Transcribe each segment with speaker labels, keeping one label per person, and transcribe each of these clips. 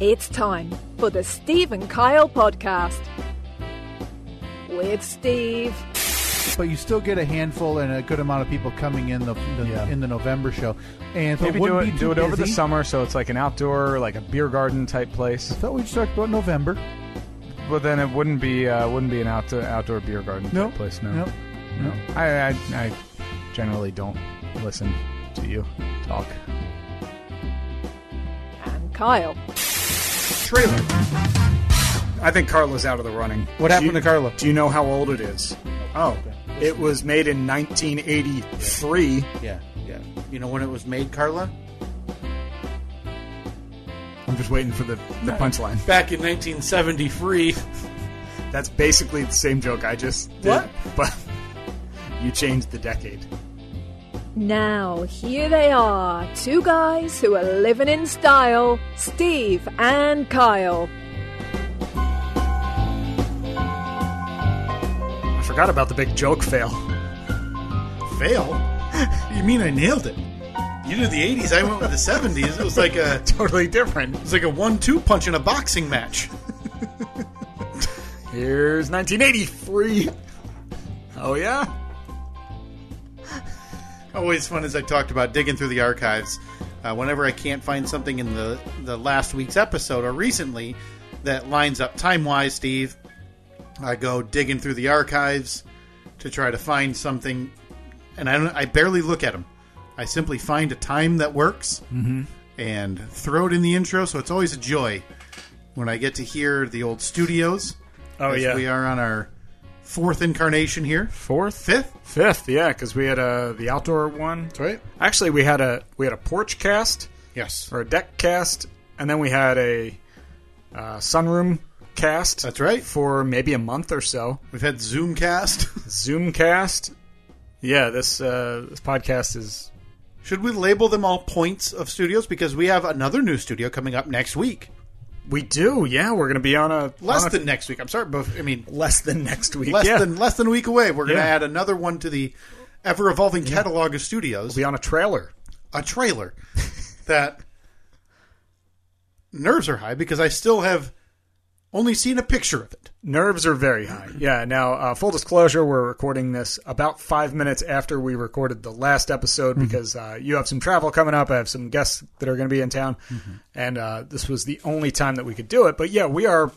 Speaker 1: It's time for the Steve and Kyle podcast with Steve.
Speaker 2: but you still get a handful and a good amount of people coming in the, the
Speaker 3: Yeah.
Speaker 2: in the November show. And so
Speaker 3: Maybe do
Speaker 2: wouldn't
Speaker 3: it
Speaker 2: be
Speaker 3: do
Speaker 2: too
Speaker 3: it over the
Speaker 2: busy.
Speaker 3: summer, so it's like an outdoor, like a beer garden type place.
Speaker 2: Thought we'd start about November.
Speaker 3: But then it wouldn't be uh, wouldn't be an outdoor outdoor beer garden
Speaker 2: No
Speaker 3: type place. No,
Speaker 2: no,
Speaker 3: no. I, I I generally don't listen to you talk.
Speaker 1: And Kyle.
Speaker 4: trailer. I think Carla's out of the running. What happened
Speaker 2: to Carla?
Speaker 4: Do you know how old it is? Oh, it was made in 1983.
Speaker 5: Yeah, yeah. You know when it was made, Carla?
Speaker 4: I'm just waiting for the, the punchline.
Speaker 5: Back in 1973.
Speaker 4: That's basically the same joke I just did.
Speaker 5: What?
Speaker 4: But you changed the decade.
Speaker 1: Now, here they are, two guys who are living in style Steve and Kyle.
Speaker 4: I forgot about the big joke fail.
Speaker 5: Fail? You mean I nailed it? You did the 80s, I went with the 70s. It was like a it
Speaker 4: Totally different.
Speaker 5: was like a one-two punch in a boxing match.
Speaker 4: Here's 1983. Oh, yeah?
Speaker 5: Always fun as I talked about digging through the archives. Uh, whenever I can't find something in the the last week's episode or recently that lines up time wise, Steve, I go digging through the archives to try to find something, and I don't, I barely look at them. I simply find a time that works
Speaker 4: Mm-hmm.
Speaker 5: and throw it in the intro. So it's always a joy when I get to hear the old studios.
Speaker 4: Oh,
Speaker 5: as
Speaker 4: yeah.
Speaker 5: we are on our fourth incarnation here,
Speaker 3: Fourth,
Speaker 5: fifth.
Speaker 4: Fifth, yeah, because we had uh, the outdoor one. That's
Speaker 5: right.
Speaker 4: Actually, we had a we had a porch cast.
Speaker 5: Yes,
Speaker 4: or a deck cast, and then we had a uh, sunroom cast.
Speaker 5: That's right.
Speaker 4: For maybe a month or so.
Speaker 5: we've had Zoomcast.
Speaker 4: Zoom cast. Yeah, this uh, this podcast is
Speaker 5: Should we label them all points of studios because we have another new studio coming up next week?
Speaker 4: we do. Yeah, we're gonna be on a
Speaker 5: Less
Speaker 4: on a-
Speaker 5: than next week. I'm sorry, but I mean
Speaker 4: less than next week.
Speaker 5: less
Speaker 4: yeah.
Speaker 5: than less than a week away. We're going
Speaker 4: Yeah.
Speaker 5: to add another one to the ever evolving catalog of studios.
Speaker 4: be on a trailer.
Speaker 5: a trailer that nerves are high because I still have only seen a picture of it.
Speaker 4: Nerves are very high. Yeah. Now, uh, full disclosure, we're recording this about five minutes after we recorded the last episode because uh, you have some travel coming up. I have some guests that are going to be in town, and uh, this was the only time that we could do it. But yeah, we are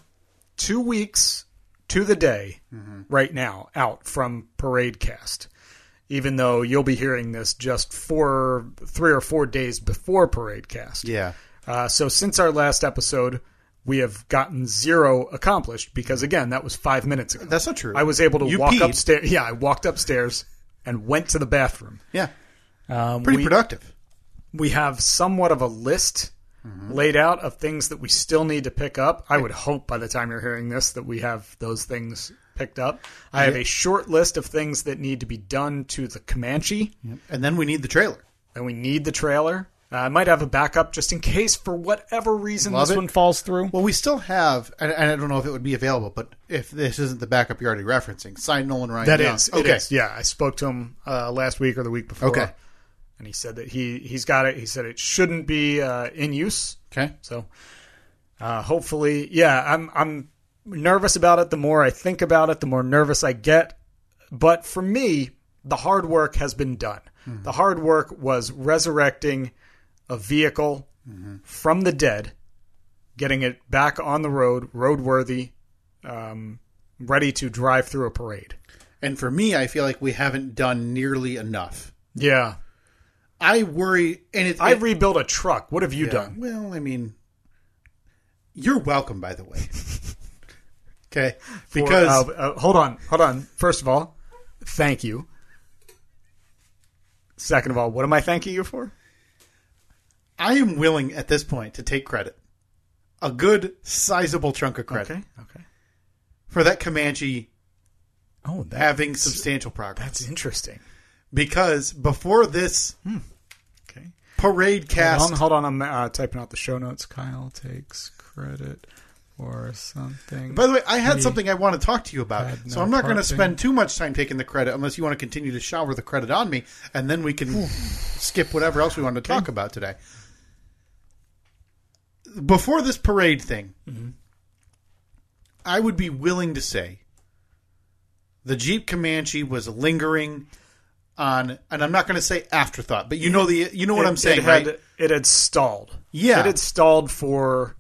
Speaker 4: two weeks to the day right now out from Parade Cast. Even though you'll be hearing this just four, three or four days before Parade Cast.
Speaker 5: Yeah.
Speaker 4: Uh, so since our last episode, we have gotten zero accomplished because again, that was five minutes ago.
Speaker 5: That's not true.
Speaker 4: I was able to
Speaker 5: You
Speaker 4: walk
Speaker 5: peed.
Speaker 4: upstairs. Yeah, I walked upstairs and went to the bathroom.
Speaker 5: Yeah.
Speaker 4: Um,
Speaker 5: Pretty
Speaker 4: we,
Speaker 5: productive.
Speaker 4: we have somewhat of a list
Speaker 5: Mm-hmm.
Speaker 4: laid out of things that we still need to pick up. I would hope by the time you're hearing this that we have those things picked up. I have a short list of things that need to be done to the Comanche
Speaker 5: And then we need the trailer.
Speaker 4: and we need the trailer. Uh, I might have a backup just in case for whatever reason
Speaker 5: Love
Speaker 4: this
Speaker 5: it.
Speaker 4: one falls through.
Speaker 5: Well, we still have, and, and I don't know if it would be available, but if this isn't the backup you're already referencing, sign Nolan Ryan.
Speaker 4: That
Speaker 5: Young.
Speaker 4: is,
Speaker 5: okay.
Speaker 4: It is. Yeah, I spoke to him uh, last week or the week before.
Speaker 5: Okay.
Speaker 4: And he said that he he's got it. He said it shouldn't be uh, in use.
Speaker 5: Okay.
Speaker 4: So uh, hopefully, yeah, I'm I'm nervous about it. The more I think about it, the more nervous I get. But for me, the hard work has been done.
Speaker 5: Mm-hmm.
Speaker 4: The hard work was resurrecting a vehicle
Speaker 5: Mm-hmm.
Speaker 4: from the dead, getting it back on the road, roadworthy, um, ready to drive through a parade.
Speaker 5: And for me, I feel like we haven't done nearly enough.
Speaker 4: Yeah.
Speaker 5: I worry, and it,
Speaker 4: I
Speaker 5: it-
Speaker 4: rebuilt a truck. What have you done?
Speaker 5: well, I mean, you're welcome, by the way. okay,
Speaker 4: For-
Speaker 5: because
Speaker 4: uh, uh, hold on, hold on. First of all, thank you. Second of all, what am I thanking you for?
Speaker 5: I am willing at this point to take credit, a good sizable chunk of credit
Speaker 4: Okay, okay.
Speaker 5: for that Comanche
Speaker 4: Oh, that,
Speaker 5: having substantial progress.
Speaker 4: that's interesting.
Speaker 5: because before this
Speaker 4: Okay.
Speaker 5: parade
Speaker 4: Hold
Speaker 5: cast,
Speaker 4: on, hold on. I'm uh, typing out the show notes. Kyle takes credit or something.
Speaker 5: by the way, I had something I want to talk to you about,
Speaker 4: Had
Speaker 5: so
Speaker 4: no
Speaker 5: I'm not going to
Speaker 4: parking.
Speaker 5: spend too much time taking the credit unless you want to continue to shower the credit on me, and then we can skip whatever else we want to talk about today. before this parade thing,
Speaker 4: Mm-hmm.
Speaker 5: I would be willing to say the Jeep Comanche was lingering on, and I'm not going to say afterthought, but you know the you know what
Speaker 4: It-
Speaker 5: I'm saying,
Speaker 4: it had,
Speaker 5: right?
Speaker 4: It had stalled.
Speaker 5: Yeah.
Speaker 4: It had stalled for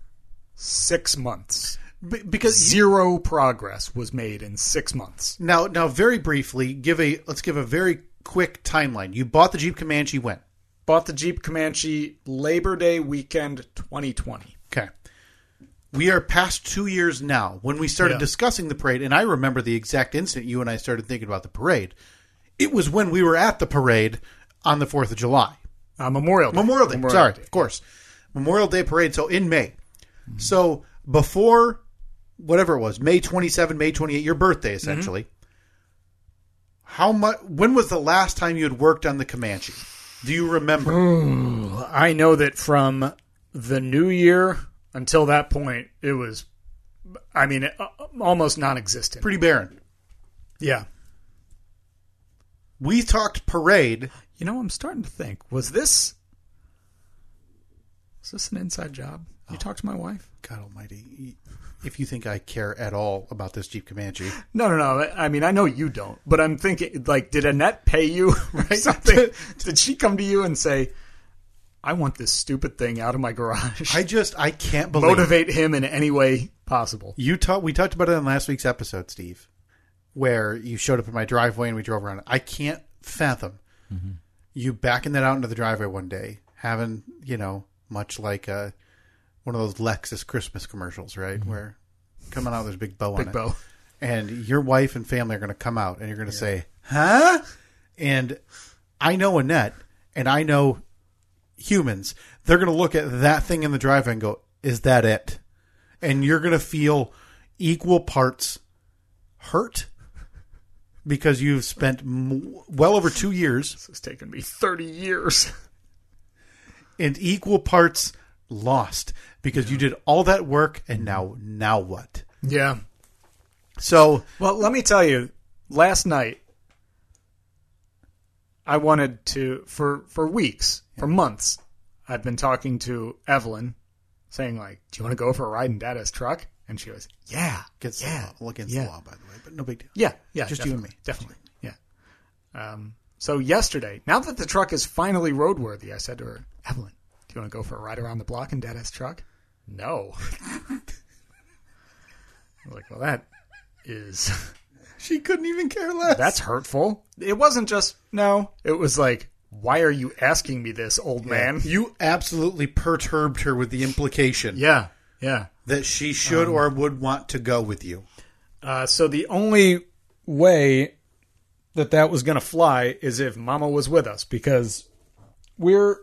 Speaker 4: six months.
Speaker 5: B- because
Speaker 4: Zero progress was made in six months.
Speaker 5: Now, now, very briefly, give a let's give a very quick timeline. You bought the Jeep Comanche when?
Speaker 4: Bought the Jeep Comanche Labor Day weekend 2020.
Speaker 5: Okay. We are past two years now. When we started
Speaker 4: Yeah.
Speaker 5: discussing the parade, and I remember the exact instant you and I started thinking about the parade, it was when we were at the parade on the Fourth of July,
Speaker 4: Uh, Memorial Day.
Speaker 5: Memorial Day. sorry, of course, Memorial Day parade. So in May, so before whatever it was, May twenty seven, May twenty eight, your birthday essentially. How much? When was the last time you had worked on the Comanche? Do you remember?
Speaker 4: I know that from the new year until that point, it was, I mean, uh, almost non existent.
Speaker 5: Pretty barren.
Speaker 4: Yeah.
Speaker 5: We talked parade.
Speaker 4: You know, I'm starting to think was this was this an inside job?
Speaker 5: Oh.
Speaker 4: You talked to my wife?
Speaker 5: God Almighty! If you think I care at all about this Jeep Comanche,
Speaker 4: No, no, no. I mean, I know you don't, but I'm thinking like, did Annette pay you or something? did she come to you and say, "I want this stupid thing out of my garage"?
Speaker 5: I just I can't believe
Speaker 4: Motivate him in any way possible.
Speaker 5: you talked. We talked about it in last week's episode, Steve, where you showed up in my driveway and we drove around. I can't fathom you backing that out into the driveway one day, having you know much like uh one of those Lexus Christmas commercials, right? Where coming out, there's a big bow on
Speaker 4: Big
Speaker 5: it.
Speaker 4: Bo.
Speaker 5: and your wife and family are going to come out and you're going to say, huh? And I know Annette and I know humans. They're going to look at that thing in the driveway and go, is that it? And you're going to feel equal parts hurt because you've spent m- well over two years
Speaker 4: This has taken me 30 years.
Speaker 5: and equal parts lost because you did all that work and now, now what?
Speaker 4: Yeah.
Speaker 5: So
Speaker 4: Well, let me tell you, last night I wanted to for for weeks, for months, I've been talking to Evelyn saying like, "Do you want to go for a ride in Dada's truck?" And she goes, "Yeah."
Speaker 5: against
Speaker 4: yeah.
Speaker 5: the law, against
Speaker 4: yeah.
Speaker 5: the law, by the way, but no big deal.
Speaker 4: Yeah, yeah.
Speaker 5: Just you and me.
Speaker 4: Definitely. Yeah. Um, so yesterday, now that the truck is finally roadworthy, I said to her, Evelyn, do you want to go for a ride around the block in Dad's truck? No. I'm like, well, that is
Speaker 5: She couldn't even care less.
Speaker 4: that's hurtful. It wasn't just no. It was like, why are you asking me this, old man?
Speaker 5: You absolutely perturbed her with the implication
Speaker 4: Yeah, yeah.
Speaker 5: that she should or would want to go with you.
Speaker 4: Uh, so the only way that that was going to fly is if Mama was with us, because we're.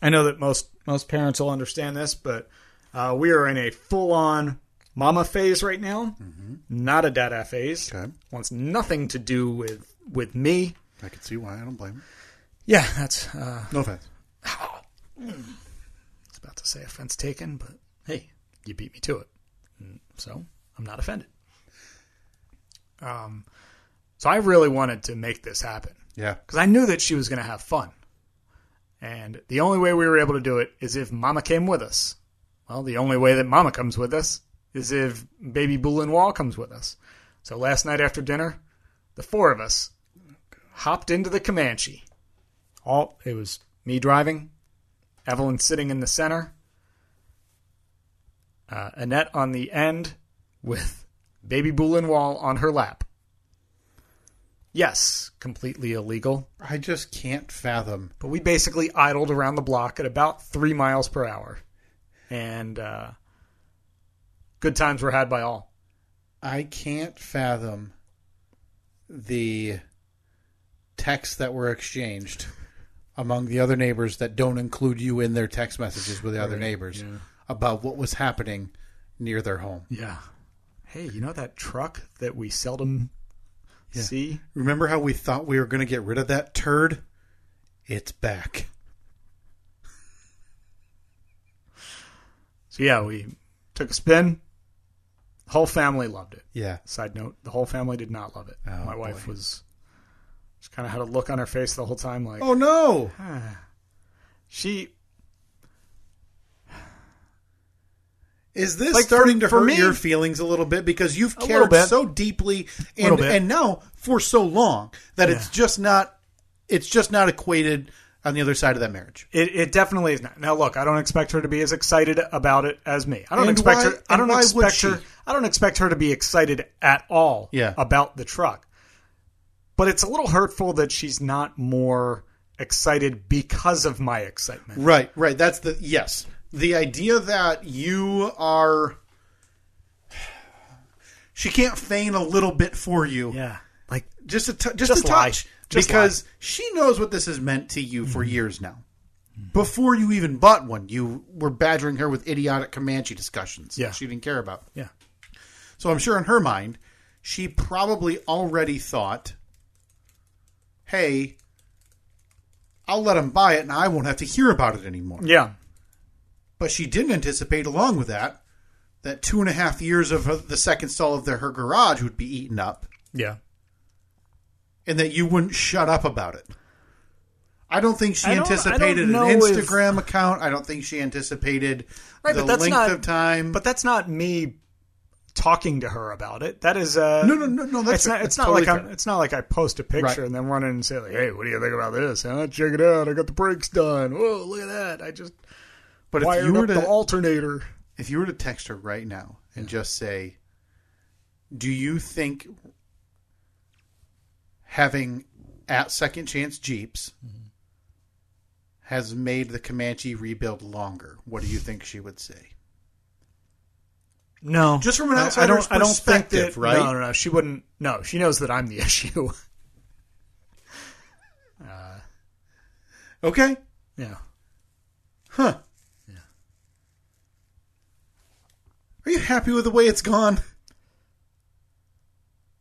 Speaker 4: I know that most most parents will understand this, but uh, we are in a full on Mama phase right now, not a Dada phase.
Speaker 5: Okay.
Speaker 4: Wants nothing to do with with me.
Speaker 5: I can see why. I don't blame
Speaker 4: Yeah, that's. Uh,
Speaker 5: her. No offense.
Speaker 4: I was about to say offense taken, but hey, you beat me to it. Mm, So I'm not offended. Um, so I really wanted to make this happen
Speaker 5: Yeah.
Speaker 4: because I knew that she was going to have fun. And the only way we were able to do it is if Mama came with us. Well, the only way that Mama comes with us is if baby Boulinois comes with us. So last night after dinner, the four of us hopped into the Comanche. All it was me driving, Evelyn sitting in the center, uh, Annette on the end with baby Boulinois on her lap. Yes, completely illegal.
Speaker 5: I just can't fathom.
Speaker 4: But we basically idled around the block at about three miles per hour, and uh, good times were had by all.
Speaker 5: I can't fathom the texts that were exchanged among the other neighbors that don't include you in their text messages with the other neighbors about what was happening near their home.
Speaker 4: Yeah. Hey, you know that truck that we seldom see?
Speaker 5: Remember how we thought we were going to get rid of that turd? It's back.
Speaker 4: So yeah, we took a spin. Whole family loved it.
Speaker 5: Yeah.
Speaker 4: Side note: the whole family did not love it.
Speaker 5: Oh,
Speaker 4: My wife was just kind of had a look on her face the whole time, like
Speaker 5: Oh no!
Speaker 4: she.
Speaker 5: Is this
Speaker 4: Like, for-
Speaker 5: starting to
Speaker 4: for
Speaker 5: hurt
Speaker 4: me-
Speaker 5: your feelings a little bit because you've
Speaker 6: little
Speaker 5: cared
Speaker 6: bit.
Speaker 5: so deeply
Speaker 6: Little
Speaker 5: and
Speaker 6: bit.
Speaker 5: and now for so long that it's just not it's just not equated on the other side of that marriage.
Speaker 4: It, it definitely is not. Now, look, I don't expect her to be as excited about it as me. I don't
Speaker 5: And
Speaker 4: expect
Speaker 5: why-
Speaker 4: her. I
Speaker 5: and
Speaker 4: don't
Speaker 5: why would
Speaker 4: expect
Speaker 5: she?
Speaker 4: her. I don't expect her to be excited at all.
Speaker 5: Yeah.
Speaker 4: about the truck. But it's a little hurtful that she's not more excited because of my excitement.
Speaker 5: Right, right. That's the yes. The idea that you are she can't feign a little bit for you.
Speaker 4: Yeah, like
Speaker 5: just a t- just,
Speaker 4: Just
Speaker 5: a
Speaker 4: lie. Mm-hmm.
Speaker 5: touch
Speaker 4: Just
Speaker 5: because she knows what this has meant to you for years now. Before you even bought one, you were badgering her with idiotic Comanche discussions
Speaker 4: Yeah.
Speaker 5: that she didn't care about.
Speaker 4: yeah,
Speaker 5: So I'm sure in her mind, she probably already thought, "Hey, I'll let him buy it, and I won't have to hear about it anymore."
Speaker 4: yeah.
Speaker 5: But she didn't anticipate, along with that, that two and a half years of her- the second stall of their, her garage would be eaten up.
Speaker 4: Yeah.
Speaker 5: and that you wouldn't shut up about it. I don't think she
Speaker 4: I don't- I don't
Speaker 5: anticipated an
Speaker 4: know if-
Speaker 5: Instagram account. I don't think she anticipated
Speaker 4: Right,
Speaker 5: the
Speaker 4: but that's
Speaker 5: length
Speaker 4: not-
Speaker 5: of time.
Speaker 4: But that's not me talking to her about it. That is uh
Speaker 5: No, no, no, no, that's
Speaker 4: it's
Speaker 5: fair.
Speaker 4: not. It's
Speaker 5: That's
Speaker 4: not
Speaker 5: totally
Speaker 4: like I'm,
Speaker 5: fair.
Speaker 4: it's not like I post a picture
Speaker 5: Right.
Speaker 4: and then run in and say like, "Hey, what do you think about this? Huh? Check it out. I got the brakes done. Whoa, look at that. I just
Speaker 5: But
Speaker 4: wired
Speaker 5: if you were
Speaker 4: up
Speaker 5: to
Speaker 4: the alternator."
Speaker 5: if you were to text her right now and just say, "Do you think having at second chance Jeeps
Speaker 4: Mm-hmm.
Speaker 5: has made the Comanche rebuild longer?" What do you think she would say?
Speaker 4: No,
Speaker 5: Just from an
Speaker 4: I- I
Speaker 5: outsider's
Speaker 4: don't- I don't think
Speaker 5: perspective,
Speaker 4: that-
Speaker 5: right?
Speaker 4: No, no, no. She wouldn't. No, she knows that I'm the issue.
Speaker 5: Okay,
Speaker 4: yeah.
Speaker 5: huh? Are you happy with the way it's gone?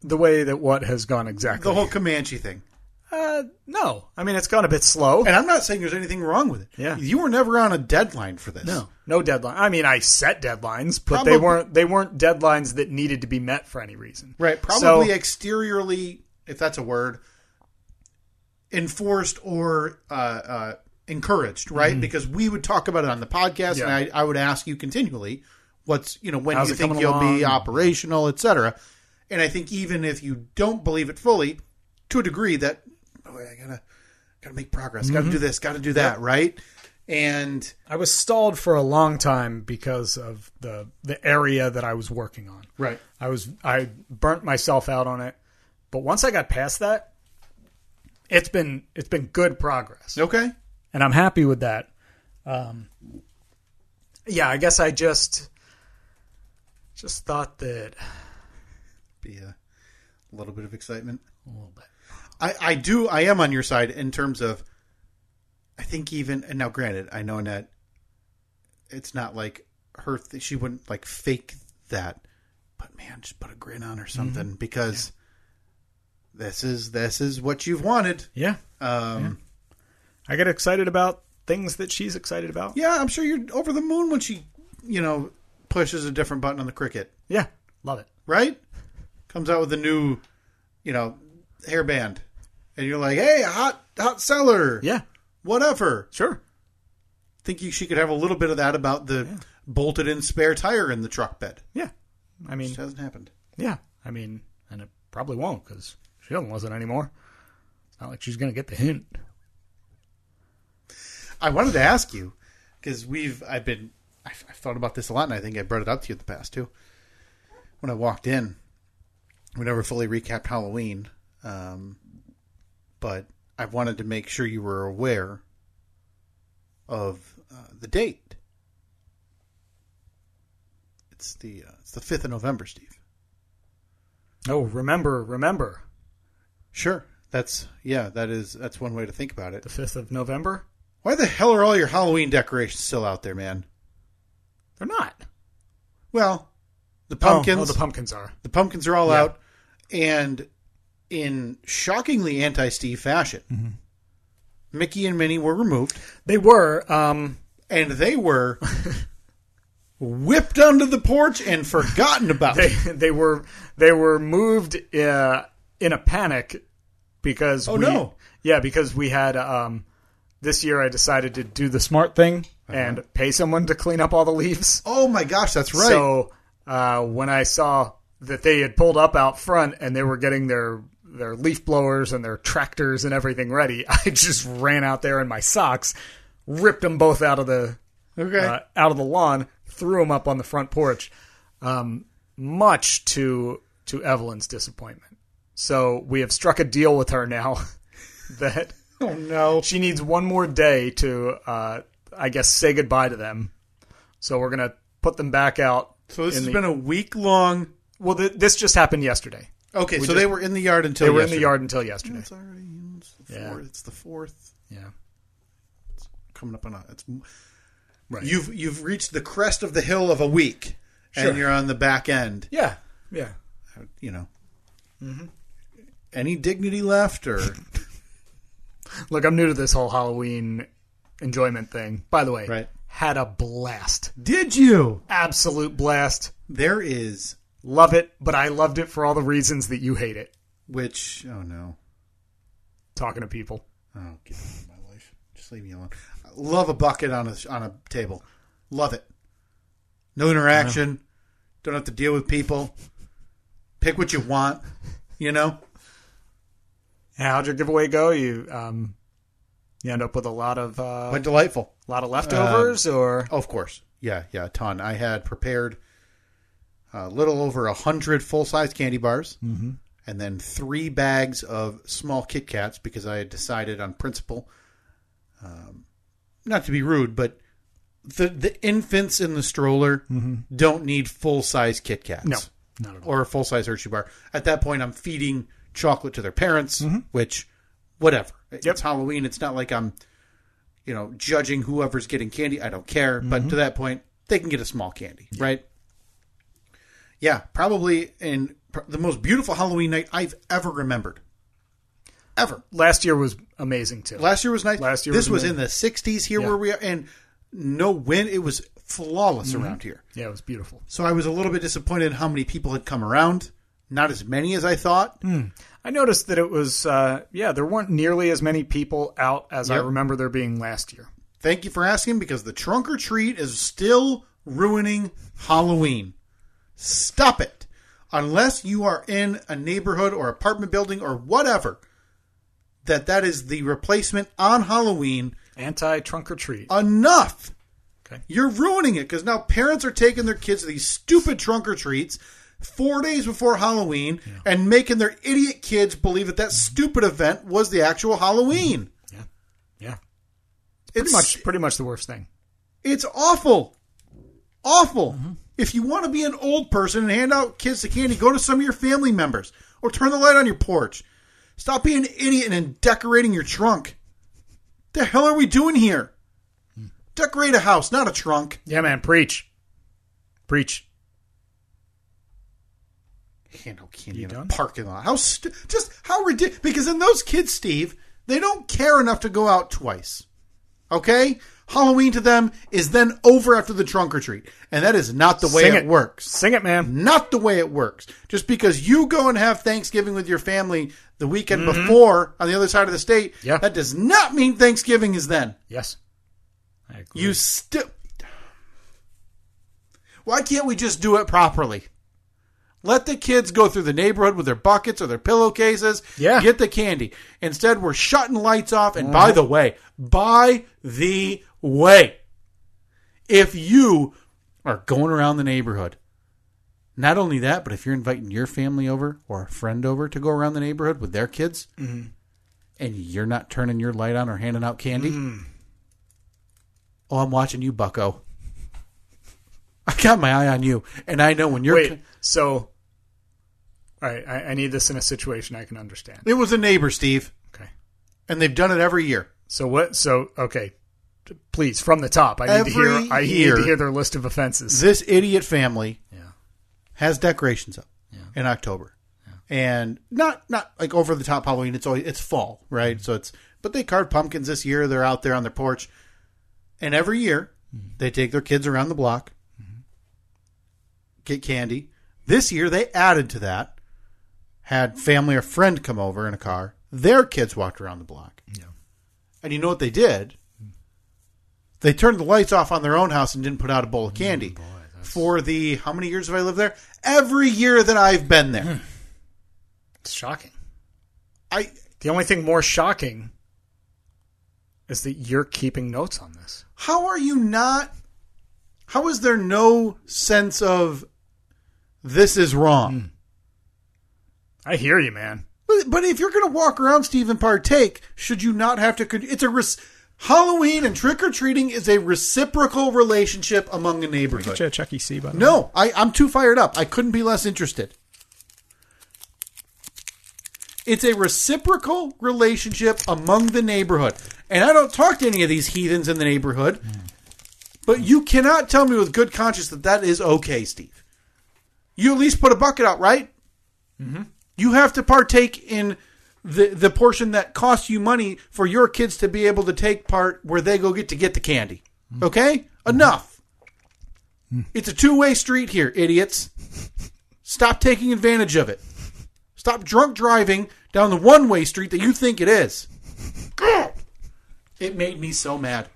Speaker 4: The way that what has gone exactly.
Speaker 5: The whole Comanche thing.
Speaker 4: uh, no, I mean it's gone a bit slow.
Speaker 5: And I'm not saying there's anything wrong with it.
Speaker 4: Yeah.
Speaker 5: You were never on a deadline for this.
Speaker 4: No, no deadline. I mean, I set deadlines, but they
Speaker 5: Probably-
Speaker 4: weren't they weren't deadlines that needed to be met for any reason.
Speaker 5: Right. Probably exteriorly, if that's a word, enforced or uh, uh, encouraged, right? Because we would talk about it on the podcast
Speaker 4: Mm-hmm. Yeah.
Speaker 5: and I, I would ask you continually what's, you know, when
Speaker 4: How's
Speaker 5: you
Speaker 4: it
Speaker 5: think
Speaker 4: coming
Speaker 5: you'll
Speaker 4: along?
Speaker 5: be operational, et cetera. And I think even if you don't believe it fully, to a degree that, oh, I gotta, gotta make progress,
Speaker 4: Mm-hmm.
Speaker 5: gotta do this, gotta do that, right? And
Speaker 4: I was stalled for a long time because of the the area that I was working on.
Speaker 5: right,
Speaker 4: I was I burnt myself out on it, but once I got past that, it's been it's been good progress,
Speaker 5: okay,
Speaker 4: and I'm happy with that. Um, yeah, I guess I just just thought that
Speaker 5: be a little bit of excitement. A little bit. I, I do. I am on your side in terms of. I think even and now, granted, I know that it's not like her. Th- she wouldn't like fake that, but man, just put a grin on or something because this is this is what you've wanted.
Speaker 4: yeah,
Speaker 5: Um,
Speaker 4: I get excited about things that she's excited about.
Speaker 5: yeah. I'm sure you're over the moon when she, you know, pushes a different button on the cricket.
Speaker 4: Yeah, love it.
Speaker 5: right? Comes out with a new, you know, hairband, and you're like, hey, hot hot seller,
Speaker 4: Yeah,
Speaker 5: whatever.
Speaker 4: sure.
Speaker 5: Think you, she could have a little bit of that about the bolted in spare tire in the truck bed.
Speaker 4: Yeah, I mean,
Speaker 5: Which hasn't happened.
Speaker 4: yeah, I mean, and it probably won't because she doesn't listen anymore. It's not like she's gonna get the hint.
Speaker 5: I wanted to ask you because we've I've been I've, I've thought about this a lot, and I think I brought it up to you in the past too. When I walked in, we never fully recapped Halloween, um, but I wanted to make sure you were aware of uh, the date. It's the uh, it's the fifth of November, Steve.
Speaker 4: Oh, remember, remember
Speaker 5: Sure, that's yeah, that is that's one way to think about it.
Speaker 4: the fifth of November.
Speaker 5: Why the hell are all your Halloween decorations still out there, man?
Speaker 4: They're not
Speaker 5: Well, the
Speaker 4: Oh,
Speaker 5: pumpkins.
Speaker 4: Oh, the pumpkins are.
Speaker 5: The pumpkins are all
Speaker 4: Yeah.
Speaker 5: out, and in shockingly anti-Steve fashion,
Speaker 4: Mm-hmm.
Speaker 5: Mickey and Minnie were removed,
Speaker 4: They were. Um,
Speaker 5: and they were whipped under the porch and forgotten about.
Speaker 4: they they were they were moved uh, in a panic because
Speaker 5: Oh,
Speaker 4: we,
Speaker 5: no.
Speaker 4: yeah because we had um this year I decided to do the smart thing and pay someone to clean up all the leaves.
Speaker 5: Oh my gosh, that's right.
Speaker 4: So uh, when I saw that they had pulled up out front and they were getting their their leaf blowers and their tractors and everything ready, I just ran out there in my socks, ripped them both out of the
Speaker 5: okay.
Speaker 4: uh, out of the lawn, threw them up on the front porch, um, much to to Evelyn's disappointment. So we have struck a deal with her now that
Speaker 5: oh no.
Speaker 4: she needs one more day to, uh, I guess, say goodbye to them. So we're gonna put them back out.
Speaker 5: So this
Speaker 4: in
Speaker 5: has
Speaker 4: the-
Speaker 5: been a week long.
Speaker 4: well. Th- this just happened yesterday.
Speaker 5: Okay, so
Speaker 4: just-
Speaker 5: they were in the yard until
Speaker 4: They were
Speaker 5: Oh,
Speaker 4: in
Speaker 5: yesterday.
Speaker 4: the yard until yesterday.
Speaker 5: It's already it's the
Speaker 4: Yeah.
Speaker 5: fourth. It's the fourth
Speaker 4: Yeah.
Speaker 5: coming up on a, it's
Speaker 4: Right.
Speaker 5: You've you've reached the crest of the hill of a week,
Speaker 4: Sure.
Speaker 5: and you're on the back end.
Speaker 4: Yeah. Yeah. Mm-hmm.
Speaker 5: You know, any dignity left, or
Speaker 4: Look, I'm new to this whole Halloween enjoyment thing. By the way,
Speaker 5: Right.
Speaker 4: had a blast.
Speaker 5: did you?
Speaker 4: Absolute blast.
Speaker 5: There is
Speaker 4: Love it, but I loved it for all the reasons that you hate it.
Speaker 5: which. Oh no.
Speaker 4: Talking to people.
Speaker 5: Oh, get out of my life. Just leave me alone. I love a bucket on a on a table. Love it. No
Speaker 4: Uh-huh.
Speaker 5: interaction. Don't have to deal with people. Pick what you want. You
Speaker 4: Uh-huh.
Speaker 5: know.
Speaker 4: How'd your giveaway go? You um, you end up with a lot of uh,
Speaker 5: But delightful.
Speaker 4: lot of leftovers, or
Speaker 5: Oh, Of course. Yeah, yeah, a ton. I had prepared a little over a hundred full size candy bars, mm-hmm. and then three bags of small Kit Kats because I had decided on principle, um, not to be rude, but the the infants in the stroller don't need full size Kit Kats.
Speaker 4: No, not at all.
Speaker 5: Or a full size Hershey bar. At that point, I'm feeding chocolate to their parents,
Speaker 4: Mm-hmm.
Speaker 5: which, whatever. It's Halloween. It's not like I'm you know, judging whoever's getting candy. I don't care.
Speaker 4: Mm-hmm.
Speaker 5: But to that point, they can get a small candy, right? Yeah, probably in pr- the most beautiful Halloween night I've ever remembered. Ever.
Speaker 4: last year was amazing too.
Speaker 5: Last year was nice.
Speaker 4: Last year
Speaker 5: this
Speaker 4: was
Speaker 5: was, in the 60s here where we are, and no wind. It was flawless
Speaker 4: Mm-hmm.
Speaker 5: around here.
Speaker 4: yeah, it was beautiful.
Speaker 5: So I was a little bit disappointed in how many people had come around. Not as many as I thought.
Speaker 4: I noticed that it was uh, yeah, there weren't nearly as many people out as I
Speaker 5: Yep.
Speaker 4: remember there being last year.
Speaker 5: Thank you for asking because the trunk or treat is still ruining Halloween. Stop it. Unless you are in a neighborhood or apartment building or whatever, that that is the replacement on Halloween.
Speaker 4: Anti trunk or treat.
Speaker 5: Enough.
Speaker 4: Okay.
Speaker 5: You're ruining it because now parents are taking their kids to these stupid trunk or treats four days before Halloween and making their idiot kids believe that that stupid event was the actual Halloween.
Speaker 4: yeah, yeah,
Speaker 5: it's
Speaker 4: Mm-hmm. pretty much pretty much the worst thing.
Speaker 5: It's awful. Awful.
Speaker 4: Mm-hmm.
Speaker 5: If you want to be an old person and hand out kids the candy, go to some of your family members or turn the light on your porch. Stop being an idiot and decorating your trunk. The hell are we doing here?
Speaker 4: Hmm.
Speaker 5: Decorate a house, not a trunk.
Speaker 4: Yeah, man, preach, preach.
Speaker 5: Handle candy in a
Speaker 4: done?
Speaker 5: parking lot. How stu- just how ridiculous! Because then those kids, Steve, they don't care enough to go out twice. Okay, Halloween to them is then over after the trunk or treat, and that is not the way
Speaker 4: Sing
Speaker 5: it works.
Speaker 4: Sing it, man.
Speaker 5: not the way it works. Just because you go and have Thanksgiving with your family the weekend before on the other side of the state,
Speaker 4: Mm-hmm. Yeah.
Speaker 5: that does not mean Thanksgiving is then.
Speaker 4: Yes, I agree.
Speaker 5: You still. Why can't we just do it properly? Let the kids go through the neighborhood with their buckets or their pillowcases.
Speaker 4: Yeah.
Speaker 5: Get the candy. Instead, we're shutting lights off. And by the way, by the way, if you are going around the neighborhood, not only that, but if you're inviting your family over or a friend over to go around the neighborhood with their kids, and you're not turning your light on or handing out candy, Mm. oh, I'm watching you, Bucko. I got my eye on you, and I know when you're.
Speaker 4: Wait, so all right, I, I need this in a situation I can understand.
Speaker 5: It was a neighbor, Steve,
Speaker 4: Okay.
Speaker 5: and they've done it every year.
Speaker 4: So what? So okay, please from the top. I
Speaker 5: Every
Speaker 4: need to hear. I
Speaker 5: year.
Speaker 4: need to hear their list of offenses.
Speaker 5: This idiot family
Speaker 4: Yeah.
Speaker 5: has decorations up in October, and not not like over the top Halloween. It's always it's fall, right? So it's but they carve pumpkins this year. They're out there on their porch, and every year they take their kids around the block, get candy. This year they added to that, had family or friend come over in a car. Their kids walked around the block.
Speaker 4: Yeah.
Speaker 5: I And you know what they did? They turned the lights off on their own house and didn't put out a Mm-hmm. bowl of candy. for the how many years have I lived there? Every year that I've been there.
Speaker 4: It's shocking.
Speaker 5: I
Speaker 4: The only thing more shocking is that you're keeping notes on this.
Speaker 5: how are you not how is there no sense of this is wrong?
Speaker 4: I hear you, man.
Speaker 5: But, but if you're going to walk around, Steve, and partake, should you not have to? con- It's a res- Halloween and trick or treating is a reciprocal relationship among a neighborhood.
Speaker 3: Ch- Chuck E. C. By the way.
Speaker 5: No, I, I'm too fired up. I couldn't be less interested. It's a reciprocal relationship among the neighborhood. And I don't talk to any of these heathens in the neighborhood. But you cannot tell me with good conscience that that is okay, Steve. You at least put a bucket out, right? Mm-hmm. You have to partake in the the portion that costs you money for your kids to be able to take part where they go get to get the candy. Okay? Enough. It's a two way street here, idiots. Stop taking advantage of it. Stop drunk driving down the one way street that you think it is. It made me so mad.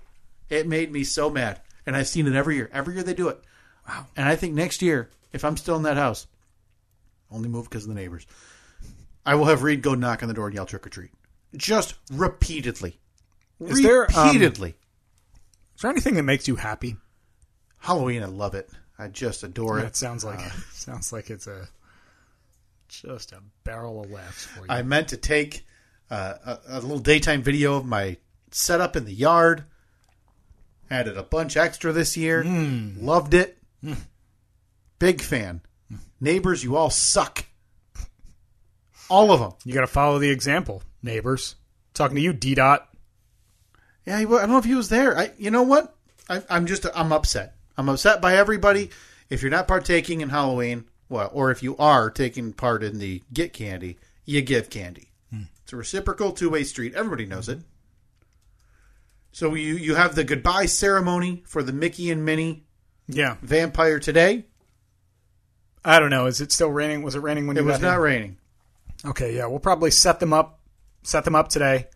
Speaker 5: It made me so mad. And I've seen it every year. Every year they do it. Wow. And I think next year, if I'm still in that house, only move because of the neighbors, I will have Reed go knock on the door and yell trick or treat. Just repeatedly.
Speaker 4: Is there, um,
Speaker 5: repeatedly.
Speaker 4: Is there anything that makes you happy?
Speaker 5: Halloween, I love it. I just adore it.
Speaker 4: That sounds
Speaker 5: uh,
Speaker 4: like sounds like it's a just a barrel of laughs for you.
Speaker 5: I meant to take uh, a, a little daytime video of my setup in the yard. Added a bunch extra this year.
Speaker 4: Hmm.
Speaker 5: Loved it. Big fan. Neighbors, you all suck. All of them.
Speaker 4: you got to follow the example, neighbors. Talking to you, D dot.
Speaker 5: Yeah, he, wa- I don't know if he was there. I, you know what? I, I'm just, I'm upset. I'm upset by everybody. If you're not partaking in Halloween, well, or if you are taking part in the get candy, you give candy. It's a reciprocal two way street. Everybody knows it. So you you have the goodbye ceremony for the Mickey and Minnie
Speaker 4: Yeah,
Speaker 5: vampire today.
Speaker 4: I don't know. Is it still raining? Was it raining when
Speaker 5: It
Speaker 4: you
Speaker 5: was
Speaker 4: got
Speaker 5: not
Speaker 4: here?
Speaker 5: raining.
Speaker 4: Okay, yeah, we'll probably set them up, set them up today.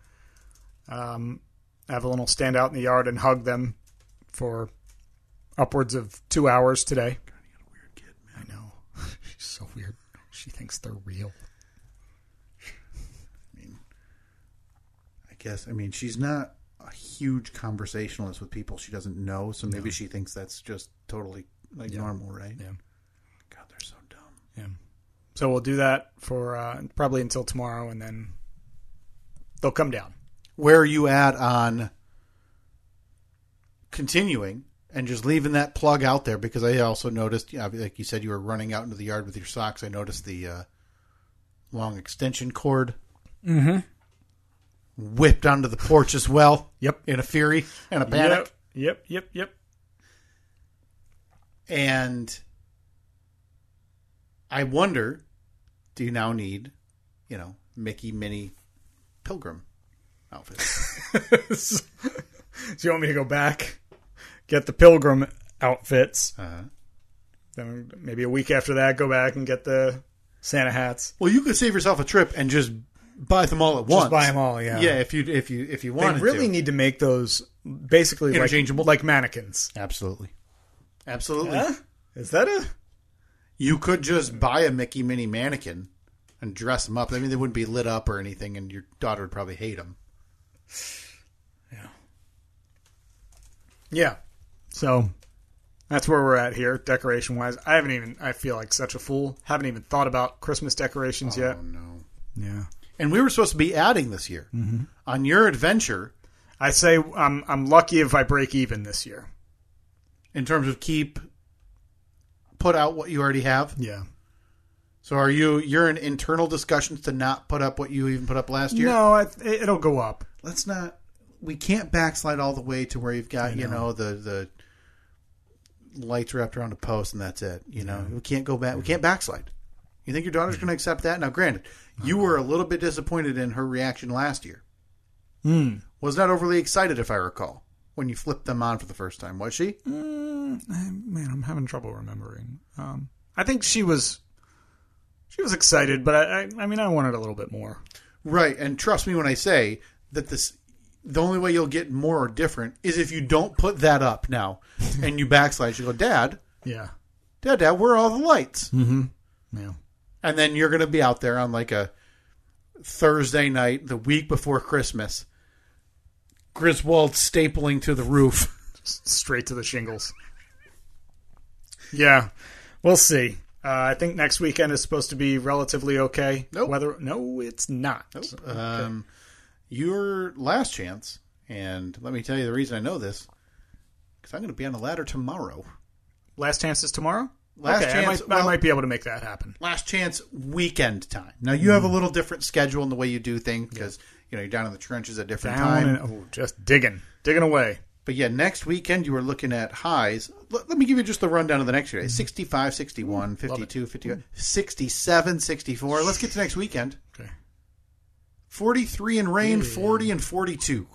Speaker 4: Um, Evelyn will stand out in the yard and hug them for upwards of two hours today. I know, she's so weird. She thinks they're real.
Speaker 5: I guess. I mean, she's not a huge conversationalist with people she doesn't know, so maybe she thinks that's just totally like normal, right?
Speaker 4: Yeah.
Speaker 5: God, they're so dumb.
Speaker 4: Yeah. So we'll do that for uh, probably until tomorrow, and then they'll come down.
Speaker 5: where are you at on continuing and just leaving that plug out there? Because I also noticed, yeah, like you said, you were running out into the yard with your socks. I noticed the uh, long extension cord mm-hmm. whipped onto the porch as well.
Speaker 4: Yep.
Speaker 5: in a fury and a panic,
Speaker 4: Yep. Yep. Yep.
Speaker 5: and I wonder, do you now need, you know, Mickey Minnie Pilgrim outfits?
Speaker 4: yep. so you want me to go back, get the pilgrim outfits,
Speaker 5: uh-huh.
Speaker 4: then maybe a week after that, go back and get the Santa hats.
Speaker 5: Well, you could save yourself a trip and just buy them all at once.
Speaker 4: buy 'em all, yeah.
Speaker 5: Yeah, if you if you if you
Speaker 4: They
Speaker 5: wanted
Speaker 4: really
Speaker 5: to.
Speaker 4: need to make those basically like-
Speaker 5: Interchangeable?
Speaker 4: like, mannequins.
Speaker 5: Absolutely. Absolutely.
Speaker 4: Huh? Is that a
Speaker 5: You could just buy a Mickey Minnie mannequin and dress them up. I mean, they wouldn't be lit up or anything, and your daughter would probably hate them.
Speaker 4: yeah? So that's where we're at here, decoration wise. I haven't even. I feel like such a fool. Haven't even thought about Christmas decorations yet.
Speaker 5: Oh no.
Speaker 4: Yeah.
Speaker 5: And we were supposed to be adding this year
Speaker 4: Mm-hmm.
Speaker 5: on your adventure
Speaker 4: I say I'm I'm lucky if I break even this year.
Speaker 5: in terms of keep put out what you already have.
Speaker 4: Yeah.
Speaker 5: So are you you're in internal discussions to not put up what you even put up last year?
Speaker 4: No, I, it, it'll go up.
Speaker 5: let's not we can't backslide all the way to where you've got you know the the lights wrapped around a post and that's it you know we can't go back we can't backslide you think your daughter's going to accept that now granted you were a little bit disappointed in her reaction last year was not overly excited if i recall when you flipped them on for the first time was she
Speaker 4: Man, I'm having trouble remembering. Um, I think she was she was excited, but I, I I mean I wanted a little bit more.
Speaker 5: right and trust me when i say that this the only way you'll get more or different is if you don't put that up now and you backslash. You go, Dad,
Speaker 4: Yeah.
Speaker 5: Dad, Dad, where are all the lights?
Speaker 4: Yeah.
Speaker 5: And then you're going to be out there on like a Thursday night, the week before Christmas, Griswold stapling to the roof.
Speaker 4: Straight to the shingles. Yeah. We'll see. Uh, I think next weekend is supposed to be relatively okay.
Speaker 5: Nope.
Speaker 4: Weather? No, it's not. Uh,
Speaker 5: Um, your last chance, and let me tell you the reason I know this, because I'm going to be on the ladder tomorrow.
Speaker 4: Last chance is tomorrow.
Speaker 5: Last
Speaker 4: okay, I
Speaker 5: chance-
Speaker 4: might, I
Speaker 5: well-
Speaker 4: might be able to make that happen.
Speaker 5: Last chance weekend time. Now you
Speaker 4: Hmm.
Speaker 5: have a little different schedule in the way you do things because you know you're down in the trenches at different
Speaker 4: Down
Speaker 5: time.
Speaker 4: and oh, just digging, digging away.
Speaker 5: But yeah, next weekend you were looking at highs. L- let me give you just the rundown of the next few days 65, 61, 52, 51, 67, 64. Let's get to next weekend.
Speaker 4: Okay.
Speaker 5: 43 and rain, 40 and 42.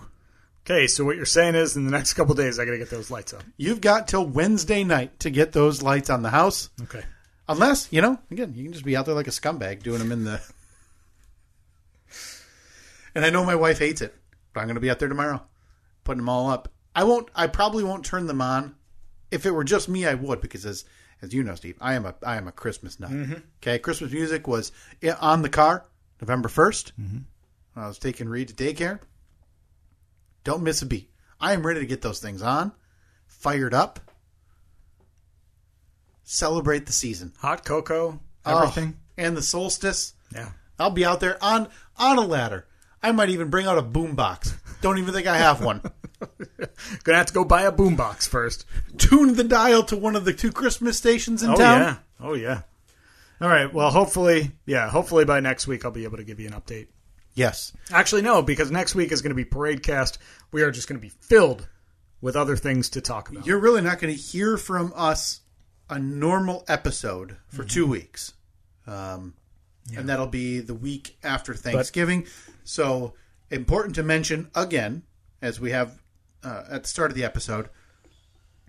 Speaker 4: Okay, so what you're saying is, in the next couple days, I got to get those lights up.
Speaker 5: You've got till Wednesday night to get those lights on the house.
Speaker 4: Okay.
Speaker 5: Unless, you know, again, you can just be out there like a scumbag doing them in the. And I know my wife hates it, but I'm going to be out there tomorrow putting them all up. I won't, I probably won't turn them on. If it were just me, I would because as, as you know, Steve, I am a, I am a Christmas nut. Okay. Christmas music was i- on the car November 1st. When I was taking Reed to daycare. Don't miss a beat. I am ready to get those things on, fired up, celebrate the season.
Speaker 4: Hot cocoa,
Speaker 5: Oh,
Speaker 4: everything.
Speaker 5: and the solstice.
Speaker 4: Yeah.
Speaker 5: I'll be out there on on a ladder. I might even bring out a boombox. Don't even think I have one.
Speaker 4: Gonna have to go buy a boombox first.
Speaker 5: Tune the dial to one of the two Christmas stations in
Speaker 4: Oh
Speaker 5: town.
Speaker 4: yeah. Oh yeah. All right. Well, hopefully, yeah. Hopefully by next week, I'll be able to give you an update.
Speaker 5: Yes.
Speaker 4: Actually, no, because next week is going to be parade cast. We are just going to be filled with other things to talk about.
Speaker 5: You're really not going to hear from us a normal episode for
Speaker 4: Mm-hmm.
Speaker 5: two weeks. Um, And that'll be the week after Thanksgiving. so, important to mention again, as we have uh, at the start of the episode,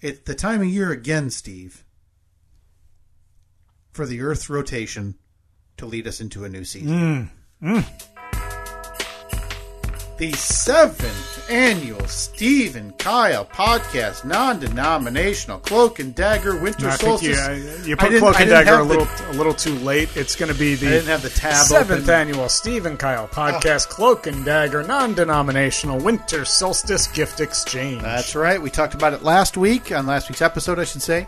Speaker 5: it the time of year again, Steve, for the Earth's rotation to lead us into a new season.
Speaker 4: Mm,
Speaker 5: The seventh annual Steve and Kyle podcast, non-denominational cloak and dagger winter
Speaker 4: No, I think you,
Speaker 5: solstice.
Speaker 4: uh, you
Speaker 5: I
Speaker 4: put
Speaker 5: didn't-
Speaker 4: Cloak
Speaker 5: I
Speaker 4: and
Speaker 5: didn't
Speaker 4: Dagger a
Speaker 5: have the-
Speaker 4: little a little too late. It's going to be the
Speaker 5: I didn't have the tab
Speaker 4: seventh
Speaker 5: open.
Speaker 4: annual Steve and Kyle podcast Cloak and Dagger non-denominational winter solstice gift exchange.
Speaker 5: That's right. We talked about it last week on last week's episode, I should say.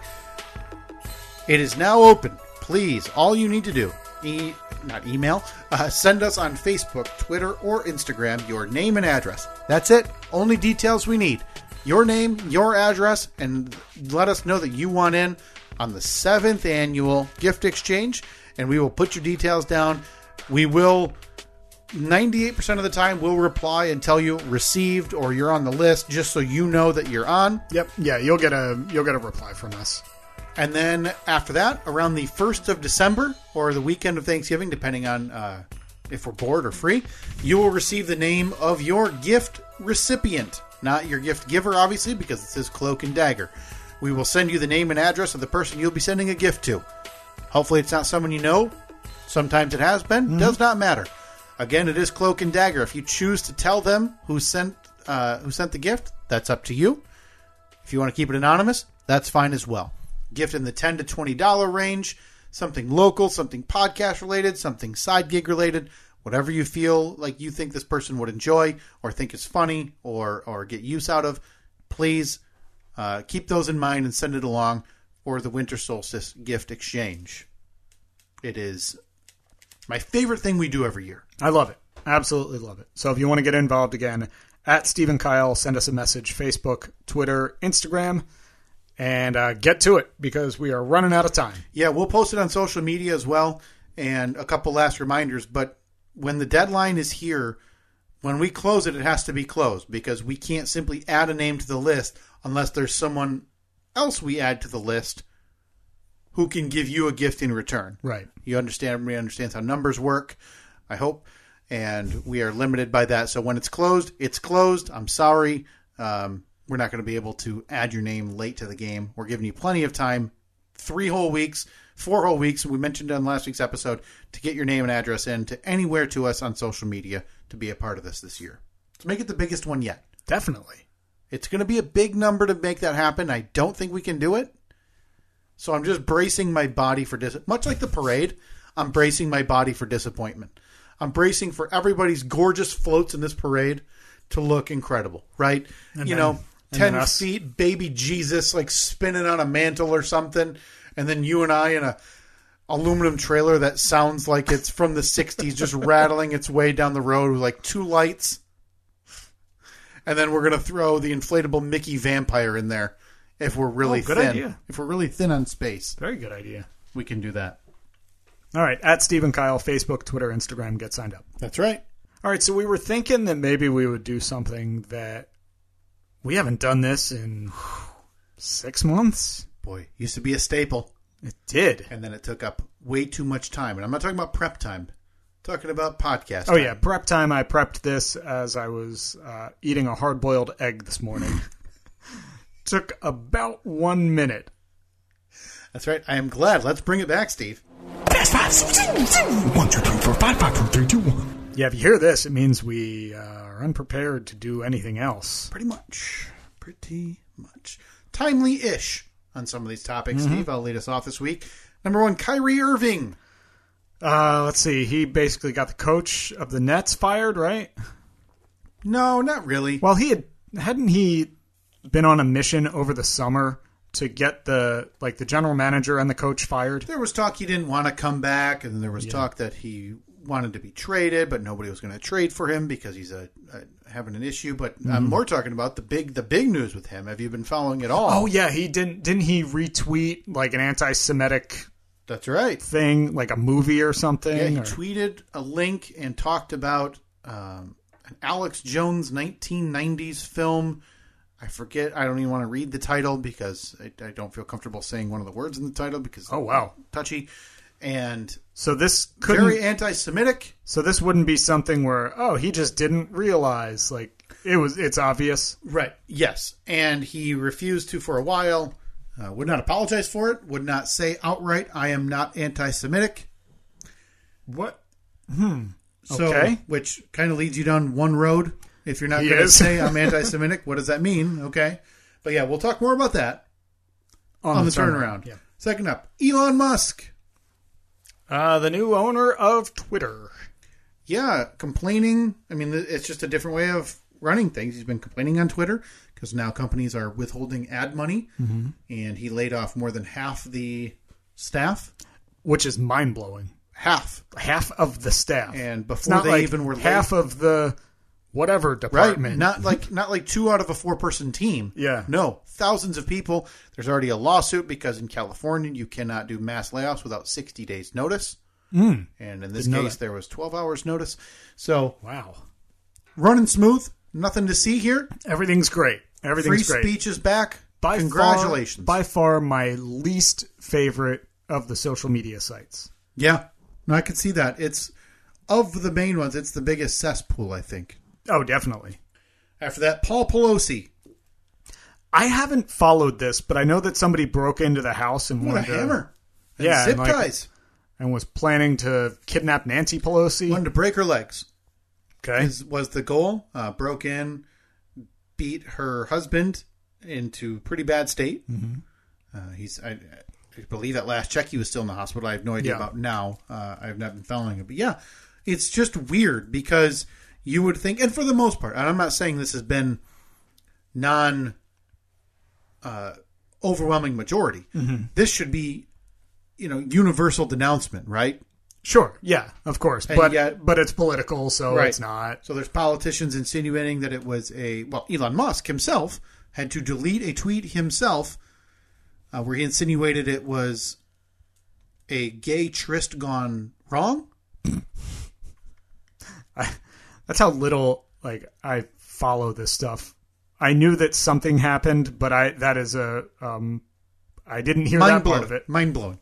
Speaker 5: It is now open. Please, all you need to do, e- not email, uh, send us on Facebook, Twitter, or Instagram your name and address. That's it. Only details we need your name, your address, and let us know that you want in on the seventh annual gift exchange, and we will put your details down. We will 98% of the time will reply and tell you received or you're on the list just so you know that you're on.
Speaker 4: Yep. Yeah, you'll get a you'll get a reply from us.
Speaker 5: And then after that, around the 1st of December or the weekend of Thanksgiving, depending on uh, if we're bored or free, you will receive the name of your gift recipient, not your gift giver, obviously, because it says cloak and dagger. We will send you the name and address of the person you'll be sending a gift to. Hopefully, it's not someone you know. Sometimes it has been. Does not matter. Again, it is cloak and dagger. If you choose to tell them who sent uh, who sent the gift, that's up to you. If you want to keep it anonymous, that's fine as well. Gift in the ten to twenty dollar range, something local, something podcast related, something side gig related, whatever you feel like you think this person would enjoy or think is funny or or get use out of. Please uh, keep those in mind and send it along for the winter solstice gift exchange. It is my favorite thing we do every year.
Speaker 4: I love it. Absolutely love it. So if you want to get involved again, at Stephen Kyle, send us a message Facebook, Twitter, Instagram, and uh, get to it because we are running out of time.
Speaker 5: Yeah, we'll post it on social media as well and a couple last reminders. But when the deadline is here, when we close it, it has to be closed because we can't simply add a name to the list unless there's someone else we add to the list who can give you a gift in return.
Speaker 4: Right.
Speaker 5: You understand, everybody understands how numbers work, I hope. And we are limited by that. So when it's closed, it's closed. I'm sorry. Um, we're not going to be able to add your name late to the game. We're giving you plenty of time three whole weeks, four whole weeks. We mentioned on last week's episode to get your name and address in to anywhere to us on social media to be a part of this this year. Make it the biggest one yet.
Speaker 4: Definitely.
Speaker 5: It's going to be a big number to make that happen. I don't think we can do it. So I'm just bracing my body for dis. Much like the parade, I'm bracing my body for disappointment. I'm bracing for everybody's gorgeous floats in this parade to look incredible, right? you
Speaker 4: then-
Speaker 5: know,
Speaker 4: and then
Speaker 5: ten
Speaker 4: us.
Speaker 5: feet, baby Jesus, like spinning on a mantle or something, and then you and I in a aluminum trailer that sounds like it's from the 60s just rattling its way down the road with like two lights and then we're going to throw the inflatable mickey vampire in there if we're really
Speaker 4: Oh, good
Speaker 5: thin
Speaker 4: idea.
Speaker 5: if we're really thin on space
Speaker 4: Very good idea.
Speaker 5: we can do that
Speaker 4: All right, at Stephen Kyle, Facebook, Twitter, Instagram, get signed up.
Speaker 5: that's right
Speaker 4: All right, so we were thinking that maybe we would do something that we haven't done this in six months.
Speaker 5: boy used to be a staple
Speaker 4: It did.
Speaker 5: and then it took up way too much time and i'm not talking about prep time I'm talking about podcast
Speaker 4: Oh
Speaker 5: time.
Speaker 4: yeah, prep time. I prepped this as I was uh, eating a hard-boiled egg this morning. Took about one minute.
Speaker 5: that's right i am glad let's bring it back steve
Speaker 6: Fast five. One, two, three, four, five, five, four, three, two, one.
Speaker 4: Yeah, if you hear this, it means we uh, are unprepared to do anything else.
Speaker 5: pretty much pretty much timely ish on some of these topics
Speaker 4: Mm-hmm.
Speaker 5: steve i'll lead us off this week number one kyrie irving
Speaker 4: Uh, let's see. He basically got the coach of the Nets fired, right?
Speaker 5: no not really
Speaker 4: Well, he had hadn't he been on a mission over the summer to get the like the general manager and the coach fired.
Speaker 5: there was talk he didn't want to come back and there was talk that he wanted to be traded but nobody was going to trade for him because he's a, a having an issue but
Speaker 4: Mm-hmm.
Speaker 5: i'm more talking about the big the big news with him have you been following it all
Speaker 4: Oh yeah, he didn't didn't he retweet like an anti-Semitic
Speaker 5: that's right
Speaker 4: thing, like a movie or something?
Speaker 5: Yeah, he
Speaker 4: or-
Speaker 5: tweeted a link and talked about um, an Alex Jones 1990s film. I forget. I don't even want to read the title because I, I don't feel comfortable saying one of the words in the title because
Speaker 4: oh wow.
Speaker 5: touchy and
Speaker 4: So this couldn't.
Speaker 5: very anti-Semitic.
Speaker 4: so this wouldn't be something where oh he just didn't realize like it was it's obvious.
Speaker 5: Right. Yes, and he refused to for a while. Uh, would not apologize for it. Would not say outright, "I am not anti-Semitic." Hmm.
Speaker 4: What
Speaker 5: So,
Speaker 4: Okay.
Speaker 5: which kind of leads you down one road. If you're not
Speaker 4: He
Speaker 5: going to
Speaker 4: is.
Speaker 5: say I'm anti-Semitic, what does that mean? Okay, but yeah, we'll talk more about that on, the, turnaround.
Speaker 4: Yeah.
Speaker 5: Second up, Elon Musk.
Speaker 4: Uh, the new owner of Twitter.
Speaker 5: Yeah, complaining. I mean, th- it's just a different way of running things. He's been complaining on Twitter because now companies are withholding ad money,
Speaker 4: Mm-hmm.
Speaker 5: and he laid off more than half the staff.
Speaker 4: which is mind blowing.
Speaker 5: Half.
Speaker 4: Half of the staff,
Speaker 5: And
Speaker 4: It's
Speaker 5: before
Speaker 4: not
Speaker 5: they
Speaker 4: like
Speaker 5: even were
Speaker 4: half of the whatever
Speaker 5: Right,
Speaker 4: department.
Speaker 5: not like not like two out of a four person team.
Speaker 4: Yeah.
Speaker 5: no, thousands of people. There's already a lawsuit because in California you cannot do mass layoffs without 60 days notice. Mm. And in this
Speaker 4: Didn't know
Speaker 5: case,
Speaker 4: that.
Speaker 5: there was 12 hours notice. So
Speaker 4: wow,
Speaker 5: running smooth, nothing to see here.
Speaker 4: everything's great.
Speaker 5: Free
Speaker 4: Everything's great.
Speaker 5: speech is back.
Speaker 4: By
Speaker 5: Congratulations.
Speaker 4: Far, by far, my least favorite of the social media sites.
Speaker 5: Yeah, no, I can see that. It's of the main ones. It's the biggest cesspool, I think.
Speaker 4: Oh, definitely.
Speaker 5: After that, Paul Pelosi.
Speaker 4: I haven't followed this, but I know that somebody broke into the house and
Speaker 5: What a
Speaker 4: wanted to-
Speaker 5: hammer! And
Speaker 4: Yeah,
Speaker 5: zip
Speaker 4: and like-
Speaker 5: ties.
Speaker 4: and was planning to kidnap Nancy Pelosi.
Speaker 5: Wanted to break her legs.
Speaker 4: okay,
Speaker 5: is, was the goal. Uh, broke in, beat her husband into pretty bad state. Uh, he's, I, I believe, at last check he was still in the hospital. I have no idea
Speaker 4: Yeah.
Speaker 5: about now. Uh, I've not been following it, but yeah, it's just weird because you would think, and for the most part, and I'm not saying this has been non uh, overwhelming majority. This should be, you know, universal denouncement, right?
Speaker 4: sure, yeah, of course,
Speaker 5: And
Speaker 4: but
Speaker 5: yet-
Speaker 4: but it's political, so
Speaker 5: Right.
Speaker 4: it's not.
Speaker 5: So there's politicians insinuating that it was a well, Elon Musk himself had to delete a tweet himself uh, where he insinuated it was a gay tryst gone wrong.
Speaker 4: That's how little like I follow this stuff. I knew that something happened, but I that is a um I didn't hear that
Speaker 5: blowing.
Speaker 4: part of it. Hmm.
Speaker 5: Mind blowing.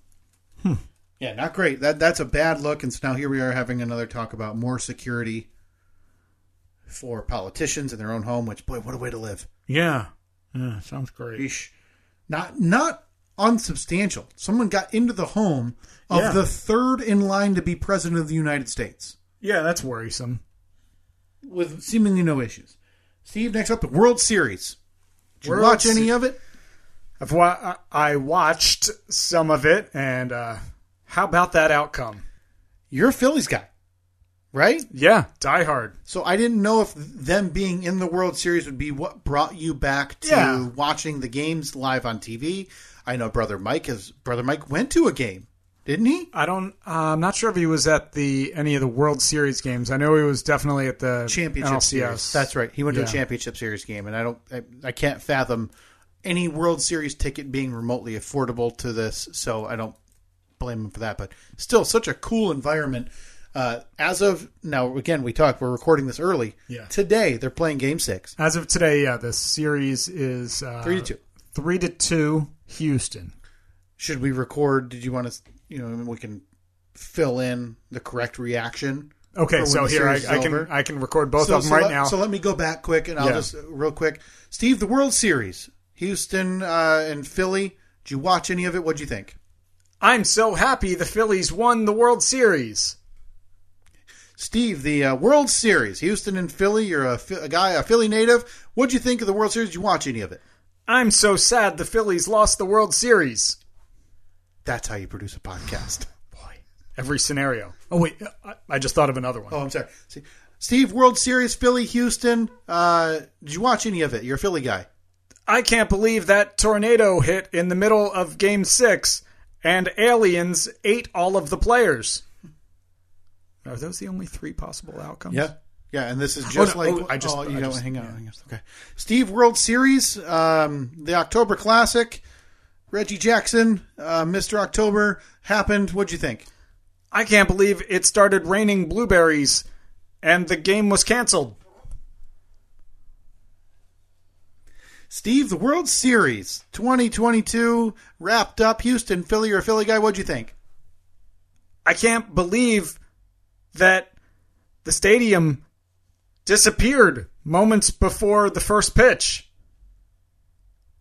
Speaker 5: Yeah, not great. That that's a bad look. And so now here we are having another talk about more security for politicians in their own home. Which boy, what a way to live.
Speaker 4: Yeah. Yeah, sounds great.
Speaker 5: Eesh. Not not unsubstantial. Someone got into the home of
Speaker 4: Yeah.
Speaker 5: the third in line to be president of the United States.
Speaker 4: Yeah, that's worrisome.
Speaker 5: with seemingly no issues. Steve, next up, the World Series. Did you
Speaker 4: World
Speaker 5: watch
Speaker 4: Se-
Speaker 5: any of it?
Speaker 4: I've wa- I watched some of it, and uh, how about that outcome?
Speaker 5: You're a Phillies guy, right?
Speaker 4: Yeah, Die Hard.
Speaker 5: So I didn't know if them being in the World Series would be what brought you back to
Speaker 4: Yeah.
Speaker 5: watching the games live on TV. I know brother Mike has brother Mike went to a game, didn't he?
Speaker 4: I don't. Uh, I'm not sure if he was at the any of the World Series games. I know he was definitely at the
Speaker 5: Championship
Speaker 4: NLCS.
Speaker 5: series. That's right. He went to
Speaker 4: Yeah.
Speaker 5: a championship series game, and I don't. I, I can't fathom any World Series ticket being remotely affordable to this. So I don't blame him for that. But still, such a cool environment. Uh, as of now, again, we talk. We're recording this early.
Speaker 4: Yeah.
Speaker 5: Today they're playing Game Six.
Speaker 4: As of today, yeah, the series is uh,
Speaker 5: Three to two.
Speaker 4: Three to two, Houston.
Speaker 5: should we record? Did you want to, you know, and we can fill in the correct reaction. for
Speaker 4: Okay,
Speaker 5: when
Speaker 4: so
Speaker 5: the
Speaker 4: here I,
Speaker 5: series is
Speaker 4: I can
Speaker 5: over?
Speaker 4: I can record both
Speaker 5: so,
Speaker 4: of them
Speaker 5: so
Speaker 4: right
Speaker 5: let,
Speaker 4: now.
Speaker 5: So let me go back quick, and I'll
Speaker 4: Yeah.
Speaker 5: just uh, real quick. Steve, the World Series, Houston uh, and Philly. Did you watch any of it? What'd you think?
Speaker 4: I'm so happy the Phillies won the World Series.
Speaker 5: Steve, the uh, World Series, Houston and Philly. You're a, Phi- a guy, a Philly native. What'd you think of the World Series? Did you watch any of it?
Speaker 4: I'm so sad the Phillies lost the World Series.
Speaker 5: That's how you produce a podcast.
Speaker 4: Every scenario. Oh wait, I, I just thought of another one.
Speaker 5: Oh, I'm sorry. See- Steve, World Series, Philly, Houston. Uh, did you watch any of it? You're a Philly guy.
Speaker 4: I can't believe that tornado hit in the middle of game six and aliens ate all of the players. Are those the only three possible outcomes? Oh,
Speaker 5: Yeah. Yeah, and this is just
Speaker 4: no,
Speaker 5: like
Speaker 4: oh, I just-
Speaker 5: oh, you
Speaker 4: I
Speaker 5: don't
Speaker 4: just-
Speaker 5: hang on. hang on. Okay, Steve World Series, um, the October Classic, Reggie Jackson, uh, Mister October happened. What'd you think?
Speaker 4: I can't believe it started raining blueberries and the game was canceled.
Speaker 5: Steve, the World Series 2022 wrapped up. Houston, Philly, or Philly guy? What'd you think?
Speaker 4: I can't believe that the stadium disappeared moments before the first pitch.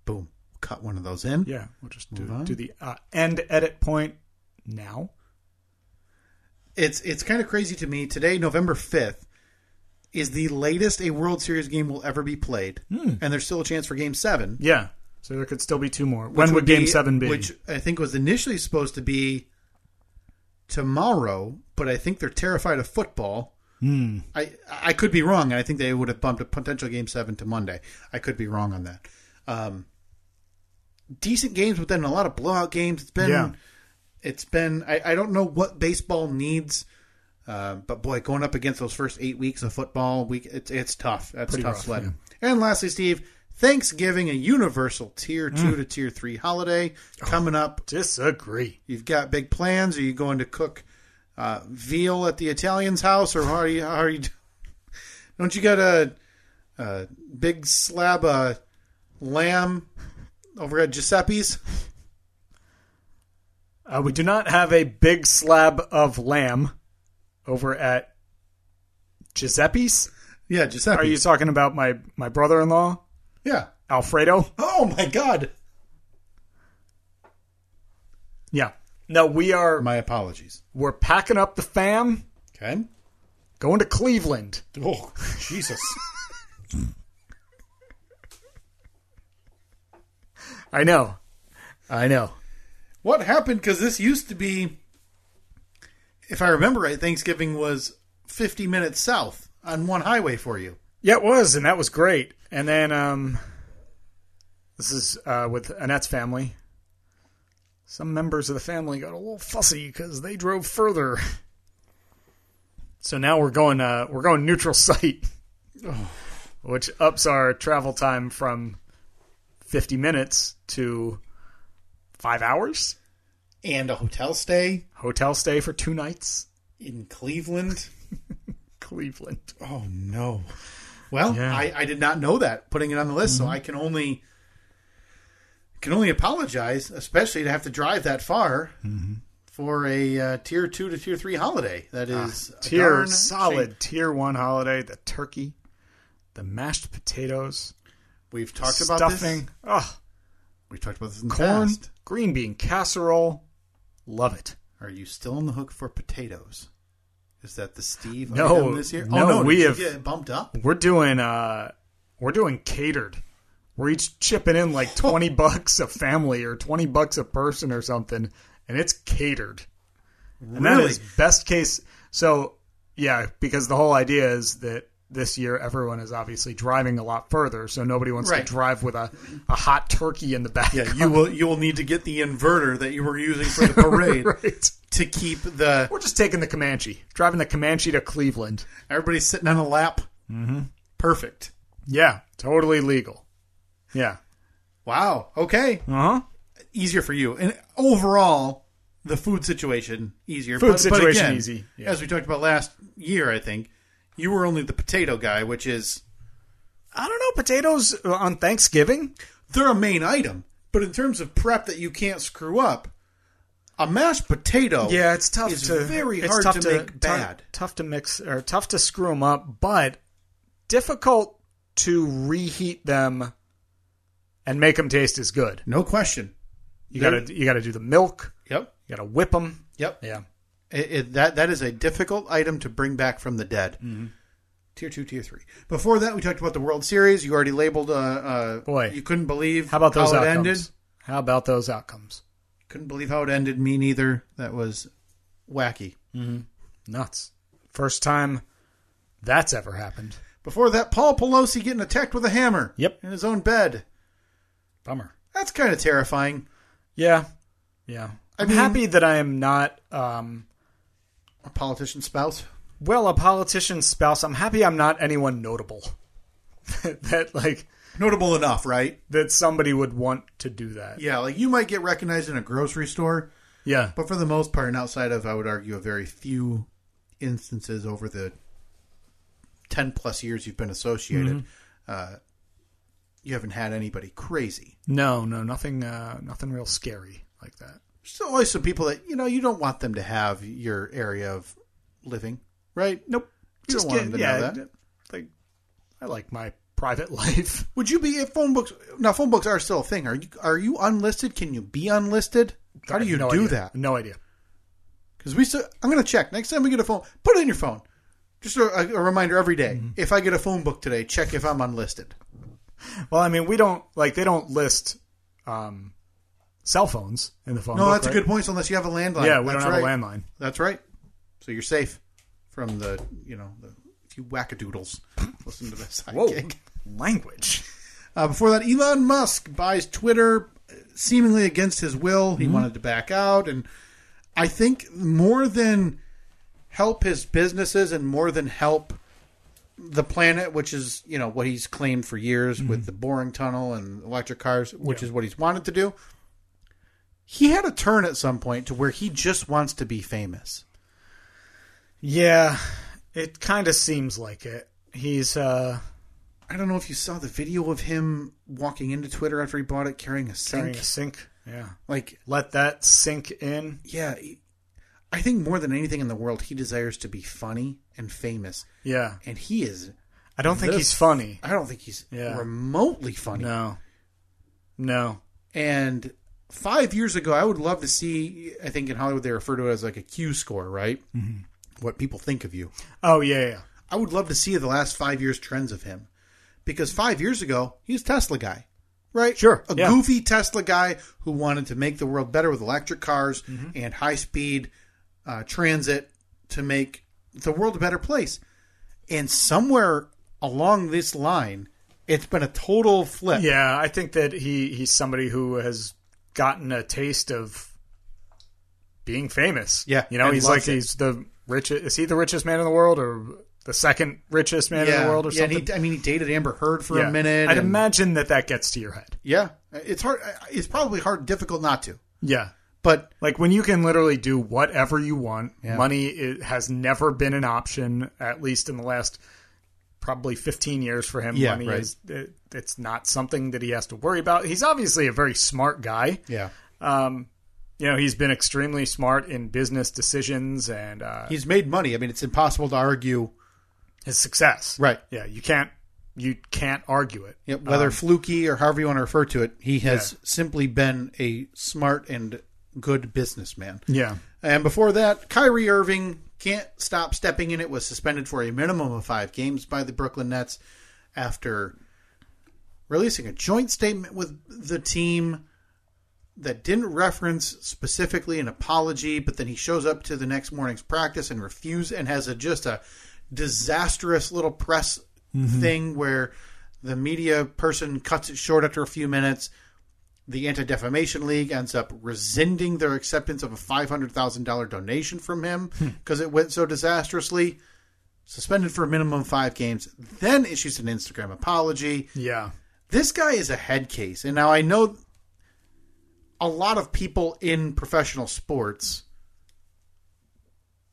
Speaker 5: Boom, cut one of those in.
Speaker 4: Yeah, we'll just
Speaker 5: Move on.
Speaker 4: do, do the uh, end edit point now.
Speaker 5: It's it's kind of crazy to me. Today, November 5th, is the latest a World Series game will ever be played, and there's still a chance for Game Seven.
Speaker 4: Yeah. So there could still be two more.
Speaker 5: which
Speaker 4: when would game
Speaker 5: be-
Speaker 4: 7 be?
Speaker 5: Which I think was initially supposed to be tomorrow, but I think they're terrified of football. I I could be wrong, and I think they would have bumped a potential game seven to Monday. I could be wrong on that. Um, decent games, but then a lot of blowout games. It's been
Speaker 4: Yeah.
Speaker 5: it's been I, I don't know what baseball needs. Uh, but boy, going up against those first eight weeks of football week, it's it's tough. That's tough
Speaker 4: rough,
Speaker 5: sledding. And lastly, Steve, Thanksgiving, a universal tier
Speaker 4: Mm.
Speaker 5: two to tier three holiday
Speaker 4: Oh.
Speaker 5: coming up.
Speaker 4: Disagree.
Speaker 5: You've got big plans. Are you going to cook uh, veal at the Italian's house, or how are you? How are you? Don't you got a, a big slab of lamb over at Giuseppe's?
Speaker 4: Uh, we do not have a big slab of lamb over at Giuseppe's.
Speaker 5: Yeah, Giuseppe's.
Speaker 4: Are you talking about my, my brother in law,
Speaker 5: Yeah.
Speaker 4: Alfredo?
Speaker 5: Oh my God.
Speaker 4: Yeah. No, we are
Speaker 5: My apologies.
Speaker 4: we're packing up the fam,
Speaker 5: Okay.
Speaker 4: going to Cleveland.
Speaker 5: Oh Jesus.
Speaker 4: I know. I know.
Speaker 5: what happened because this used to be if i remember right thanksgiving was 50 minutes south on one highway for you
Speaker 4: Yeah, it was, and that was great. And then um this is uh with Annette's family. Some members of the family got a little fussy because they drove further. So now we're going uh we're going neutral site. Which ups our travel time from fifty minutes to five hours.
Speaker 5: and a hotel stay
Speaker 4: Hotel stay for two nights.
Speaker 5: in cleveland
Speaker 4: Cleveland.
Speaker 5: oh no well
Speaker 4: Yeah.
Speaker 5: I, I did not know that putting it on the list so i can only can only apologize especially to have to drive that far for a uh, tier two to tier three holiday that is a
Speaker 4: tier
Speaker 5: darn
Speaker 4: solid
Speaker 5: shame.
Speaker 4: tier one holiday the turkey the mashed potatoes
Speaker 5: we've talked about this.
Speaker 4: stuffing oh
Speaker 5: we've talked about this in the
Speaker 4: corn
Speaker 5: past
Speaker 4: green bean casserole love it
Speaker 5: Are you still on the hook for potatoes? Is that the Steve?
Speaker 4: No,
Speaker 5: item this year.
Speaker 4: no,
Speaker 5: oh, no
Speaker 4: we
Speaker 5: did you
Speaker 4: have-
Speaker 5: get it bumped up.
Speaker 4: We're doing uh we're doing catered. We're each chipping in like twenty bucks a family or twenty bucks a person or something, and it's catered. And that
Speaker 5: Really?
Speaker 4: is best case so yeah, because the whole idea is that this year everyone is obviously driving a lot further, so nobody wants
Speaker 5: Right.
Speaker 4: to drive with a, a hot turkey in the back.
Speaker 5: Yeah, you will. You will need to get the inverter that you were using for the parade
Speaker 4: right.
Speaker 5: to keep the
Speaker 4: We're just taking the Comanche, driving the Comanche to Cleveland.
Speaker 5: everybody sitting on a lap. Mm-hmm. Perfect.
Speaker 4: Yeah, totally legal. Yeah.
Speaker 5: Wow. Okay.
Speaker 4: Uh huh.
Speaker 5: Easier for you, and overall, the food situation easier.
Speaker 4: Food situation
Speaker 5: again,
Speaker 4: easy, yeah.
Speaker 5: As we talked about last year, I think you were only the potato guy, which is
Speaker 4: I don't know potatoes on Thanksgiving.
Speaker 5: they're a main item, but in terms of prep that you can't screw up, a mashed potato.
Speaker 4: Yeah, it's tough
Speaker 5: is
Speaker 4: to
Speaker 5: Oh. very
Speaker 4: it's
Speaker 5: hard
Speaker 4: tough
Speaker 5: to,
Speaker 4: tou-
Speaker 5: make bad.
Speaker 4: Tough to mix or tough to screw them up, but difficult to reheat them and make them taste as good.
Speaker 5: No question.
Speaker 4: You got to you got to do the milk.
Speaker 5: Yep.
Speaker 4: You got to whip them.
Speaker 5: Yep.
Speaker 4: Yeah.
Speaker 5: It, it, that that is a difficult item to bring back from the dead.
Speaker 4: Mm-hmm.
Speaker 5: Tier two, tier three. Before that, we talked about the World Series. You already labeled. Uh, uh,
Speaker 4: Boy.
Speaker 5: you couldn't believe
Speaker 4: How about those
Speaker 5: how it
Speaker 4: outcomes?
Speaker 5: ended.
Speaker 4: How about those outcomes?
Speaker 5: Couldn't believe how it ended. Me neither. That was wacky.
Speaker 4: Nuts. First time that's ever happened.
Speaker 5: Before that, Paul Pelosi getting attacked with a hammer.
Speaker 4: Yep.
Speaker 5: In his own bed.
Speaker 4: Bummer.
Speaker 5: That's kind of terrifying.
Speaker 4: Yeah. Yeah. I'm
Speaker 5: mean-
Speaker 4: happy that I am not um,
Speaker 5: A politician's spouse.
Speaker 4: well, a politician's spouse. I'm happy I'm not anyone notable. that like
Speaker 5: Notable enough, right?
Speaker 4: that somebody would want to do that.
Speaker 5: Yeah, like you might get recognized in a grocery store,
Speaker 4: Yeah.
Speaker 5: but for the most part, and outside of, I would argue, a very few instances over the 10 plus years you've been associated,
Speaker 4: Mm-hmm.
Speaker 5: uh, you haven't had anybody crazy.
Speaker 4: No, no, nothing uh nothing real scary like that.
Speaker 5: There's still always some people that, you know, you don't want them to have your area of living, right?
Speaker 4: Nope.
Speaker 5: You don't want them to
Speaker 4: yeah,
Speaker 5: know that.
Speaker 4: Like I like my private life.
Speaker 5: Would you be if phone books? Now, phone books are still a thing. Are you are you unlisted? Can you be unlisted? How
Speaker 4: I
Speaker 5: do
Speaker 4: have
Speaker 5: you
Speaker 4: no
Speaker 5: do
Speaker 4: idea.
Speaker 5: that?
Speaker 4: No idea.
Speaker 5: Because we still, I'm going to check next time we get a phone. Put it in your phone. Just a, a reminder every day.
Speaker 4: Mm-hmm.
Speaker 5: If I get a phone book today, check if I'm unlisted.
Speaker 4: Well, I mean, we don't like they don't list um cell phones in the phone.
Speaker 5: No,
Speaker 4: book,
Speaker 5: that's
Speaker 4: right?
Speaker 5: a good point. so Unless you have a landline.
Speaker 4: Yeah, we
Speaker 5: that's
Speaker 4: don't have
Speaker 5: right.
Speaker 4: a landline.
Speaker 5: That's right. So you're safe from the you know the few wackadoodles. Listen to this. sidekick.
Speaker 4: Language.
Speaker 5: Uh, before that, Elon Musk buys Twitter uh, seemingly against his will.
Speaker 4: Mm-hmm.
Speaker 5: He wanted to back out. And I think more than help his businesses and more than help the planet, which is, you know, what he's claimed for years
Speaker 4: Mm-hmm.
Speaker 5: with the boring tunnel and electric cars, which is what he's wanted to do. He had a turn at some point to where he just wants to be famous.
Speaker 4: Yeah, it kind of seems like it. He's uh
Speaker 5: I don't know if you saw the video of him walking into Twitter after he bought it carrying a sink.
Speaker 4: carrying a sink. Yeah.
Speaker 5: Like
Speaker 4: Let that sink in.
Speaker 5: yeah, he- I think more than anything in the world, he desires to be funny and famous,
Speaker 4: Yeah.
Speaker 5: and he is.
Speaker 4: I don't think
Speaker 5: This-
Speaker 4: he's funny.
Speaker 5: I don't think he's
Speaker 4: Yeah.
Speaker 5: remotely funny.
Speaker 4: No. No.
Speaker 5: And five years ago, I would love to see. I think in Hollywood they refer to it as like a Q score, right? Mm-hmm. What people think of you.
Speaker 4: Oh yeah, yeah.
Speaker 5: I would love to see the last five years trends of him, because five years ago he was Tesla guy, right?
Speaker 4: Sure,
Speaker 5: a
Speaker 4: yeah.
Speaker 5: goofy Tesla guy who wanted to make the world better with electric cars
Speaker 4: Mm-hmm.
Speaker 5: and high speed uh, transit to make the world a better place. And somewhere along this line, it's been a total flip.
Speaker 4: Yeah, I think that he he's somebody who has gotten a taste of being famous.
Speaker 5: Yeah,
Speaker 4: You know,
Speaker 5: and
Speaker 4: he's
Speaker 5: loves
Speaker 4: like
Speaker 5: it.
Speaker 4: he's the richest is he the richest man in the world or the second richest man in the world or
Speaker 5: yeah, and he,
Speaker 4: something?
Speaker 5: I mean, he dated Amber Heard for
Speaker 4: Yeah.
Speaker 5: a minute.
Speaker 4: I'd
Speaker 5: and-
Speaker 4: imagine that that gets to your head.
Speaker 5: Yeah, it's hard. It's probably hard, difficult not to.
Speaker 4: Yeah.
Speaker 5: But
Speaker 4: Like when you can literally do whatever you want, money i has never been an option, at least in the last probably 15 years for him.
Speaker 5: Yeah,
Speaker 4: money
Speaker 5: right.
Speaker 4: is, it, it's not something that he has to worry about. He's obviously a very smart guy.
Speaker 5: yeah,
Speaker 4: Um, you know, he's been extremely smart in business decisions and uh,
Speaker 5: he's made money. I mean, it's impossible to argue.
Speaker 4: his success.
Speaker 5: Right.
Speaker 4: Yeah. You can't, you can't argue it.
Speaker 5: Yeah, whether fluky or however you want to refer to it, he has simply been a smart and good businessman.
Speaker 4: Yeah.
Speaker 5: And before that, Kyrie Irving Can't stop stepping in it was suspended for a minimum of five games by the Brooklyn Nets after releasing a joint statement with the team that didn't reference specifically an apology, but then he shows up to the next morning's practice and refuse and has a just a disastrous little press thing where the media person cuts it short after a few minutes. The Anti Defamation League ends up rescinding their acceptance of a five hundred thousand dollar donation from him because it went so disastrously. Suspended for a minimum of five games, then issues an Instagram apology
Speaker 4: Yeah.
Speaker 5: this guy is a head case. And now I know a lot of people in professional sports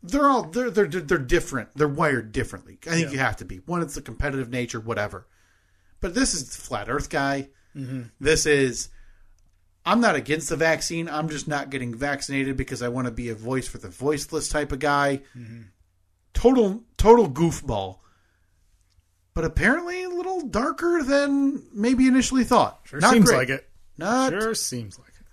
Speaker 5: they're all they're they're they're different. They're wired differently. I think you have to be. One it's the competitive nature whatever. But this is the flat earth guy.
Speaker 4: Mm-hmm.
Speaker 5: This is I'm not against the vaccine. I'm just not getting vaccinated because I want to be a voice for the voiceless type of guy.
Speaker 4: Mm-hmm.
Speaker 5: Total total goofball. But apparently a little darker than maybe initially thought.
Speaker 4: Sure
Speaker 5: Not
Speaker 4: seems
Speaker 5: great.
Speaker 4: like it.
Speaker 5: Not
Speaker 4: Sure seems like it.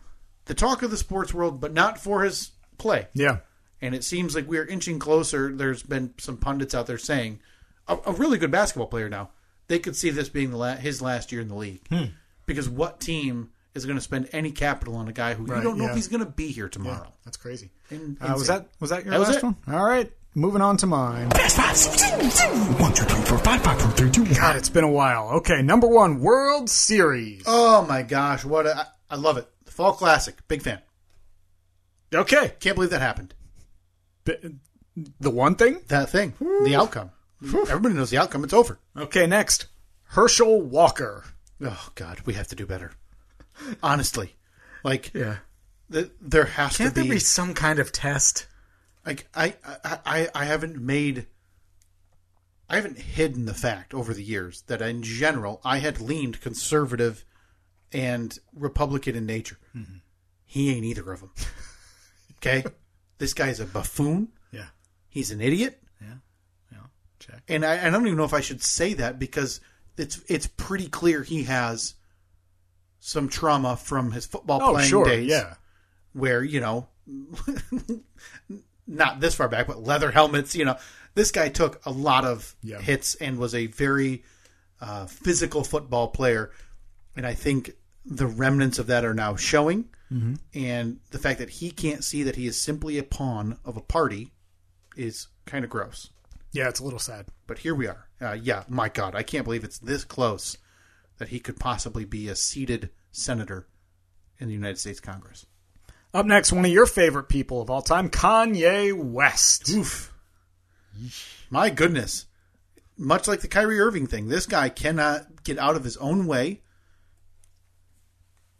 Speaker 5: the talk of the sports world, but not for his play.
Speaker 4: Yeah.
Speaker 5: And it seems like we're inching closer. There's been some pundits out there saying a, a really good basketball player now. They could see this being the la- his last year in the league
Speaker 7: Hmm.
Speaker 5: because what team is going to spend any capital on a guy who you don't know
Speaker 4: yeah.
Speaker 5: if he's going to be here tomorrow?
Speaker 4: That's crazy.
Speaker 5: And-
Speaker 4: Uh, was
Speaker 5: insane.
Speaker 4: that was that your
Speaker 5: That was
Speaker 4: last
Speaker 5: it.
Speaker 4: one? All right. Moving on to mine.
Speaker 6: Fast five. Zoom, zoom, zoom. One, two, three, four, five, five, four, three, two, one.
Speaker 4: God, it's been a while. Okay, number one, World Series.
Speaker 5: Oh my gosh, what a, I, I love it! The Fall Classic, big fan.
Speaker 4: Okay,
Speaker 5: Can't believe that happened.
Speaker 4: B- the one thing.
Speaker 5: That thing, the outcome. Everybody knows the outcome. It's over.
Speaker 4: Okay, next, Herschel Walker.
Speaker 5: Oh God, we have to do better. Honestly, like
Speaker 4: Yeah.
Speaker 5: th- there has
Speaker 7: Can't
Speaker 5: to
Speaker 7: there be some kind of test?
Speaker 5: like I, I I I haven't made I haven't hidden the fact over the years that in general I had leaned conservative and Republican in nature.
Speaker 4: Mm-hmm.
Speaker 5: He ain't either of them. okay, this guy's a buffoon.
Speaker 4: Yeah.
Speaker 5: He's an idiot. Yeah, yeah.
Speaker 4: check.
Speaker 5: And I, I don't even know if I should say that because it's it's pretty clear he has some trauma from his football
Speaker 4: Oh,
Speaker 5: playing
Speaker 4: sure.
Speaker 5: days
Speaker 4: Yeah.
Speaker 5: where you know not this far back but leather helmets you know this guy took a lot of
Speaker 4: Yeah.
Speaker 5: hits and was a very uh, physical football player and i think the remnants of that are now showing and the fact that he can't see that he is simply a pawn of a party is kind of gross
Speaker 4: Yeah, it's a little sad.
Speaker 5: but here we are uh, yeah my god i can't believe it's this close that he could possibly be a seated senator in the united states congress
Speaker 4: Up next, one of your favorite people of all time, Kanye West.
Speaker 5: Oof. My goodness. Much like the Kyrie Irving thing, this guy cannot get out of his own way.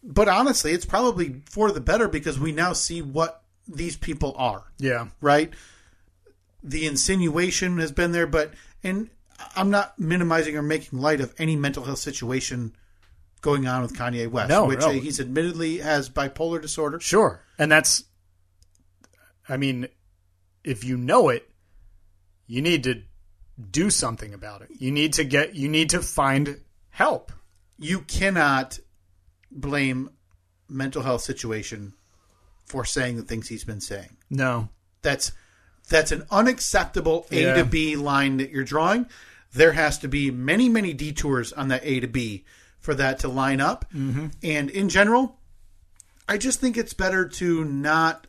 Speaker 5: But honestly, it's probably for the better because we now see what these people are,
Speaker 4: Yeah.
Speaker 5: right? The insinuation has been there, but and I'm not minimizing or making light of any mental health situation going on with Kanye West,
Speaker 4: No,
Speaker 5: which
Speaker 4: no.
Speaker 5: he's admittedly has bipolar disorder.
Speaker 4: Sure. And that's, I mean, if you know it, you need to do something about it. You need to get, you need to find help.
Speaker 5: you cannot blame mental health situation for saying the things he's been saying.
Speaker 4: No.
Speaker 5: That's that's an unacceptable A
Speaker 4: Yeah.
Speaker 5: to B line that you're drawing. There has to be many many detours on that A to B for that to line up. Mm-hmm. And in general, I just think it's better to not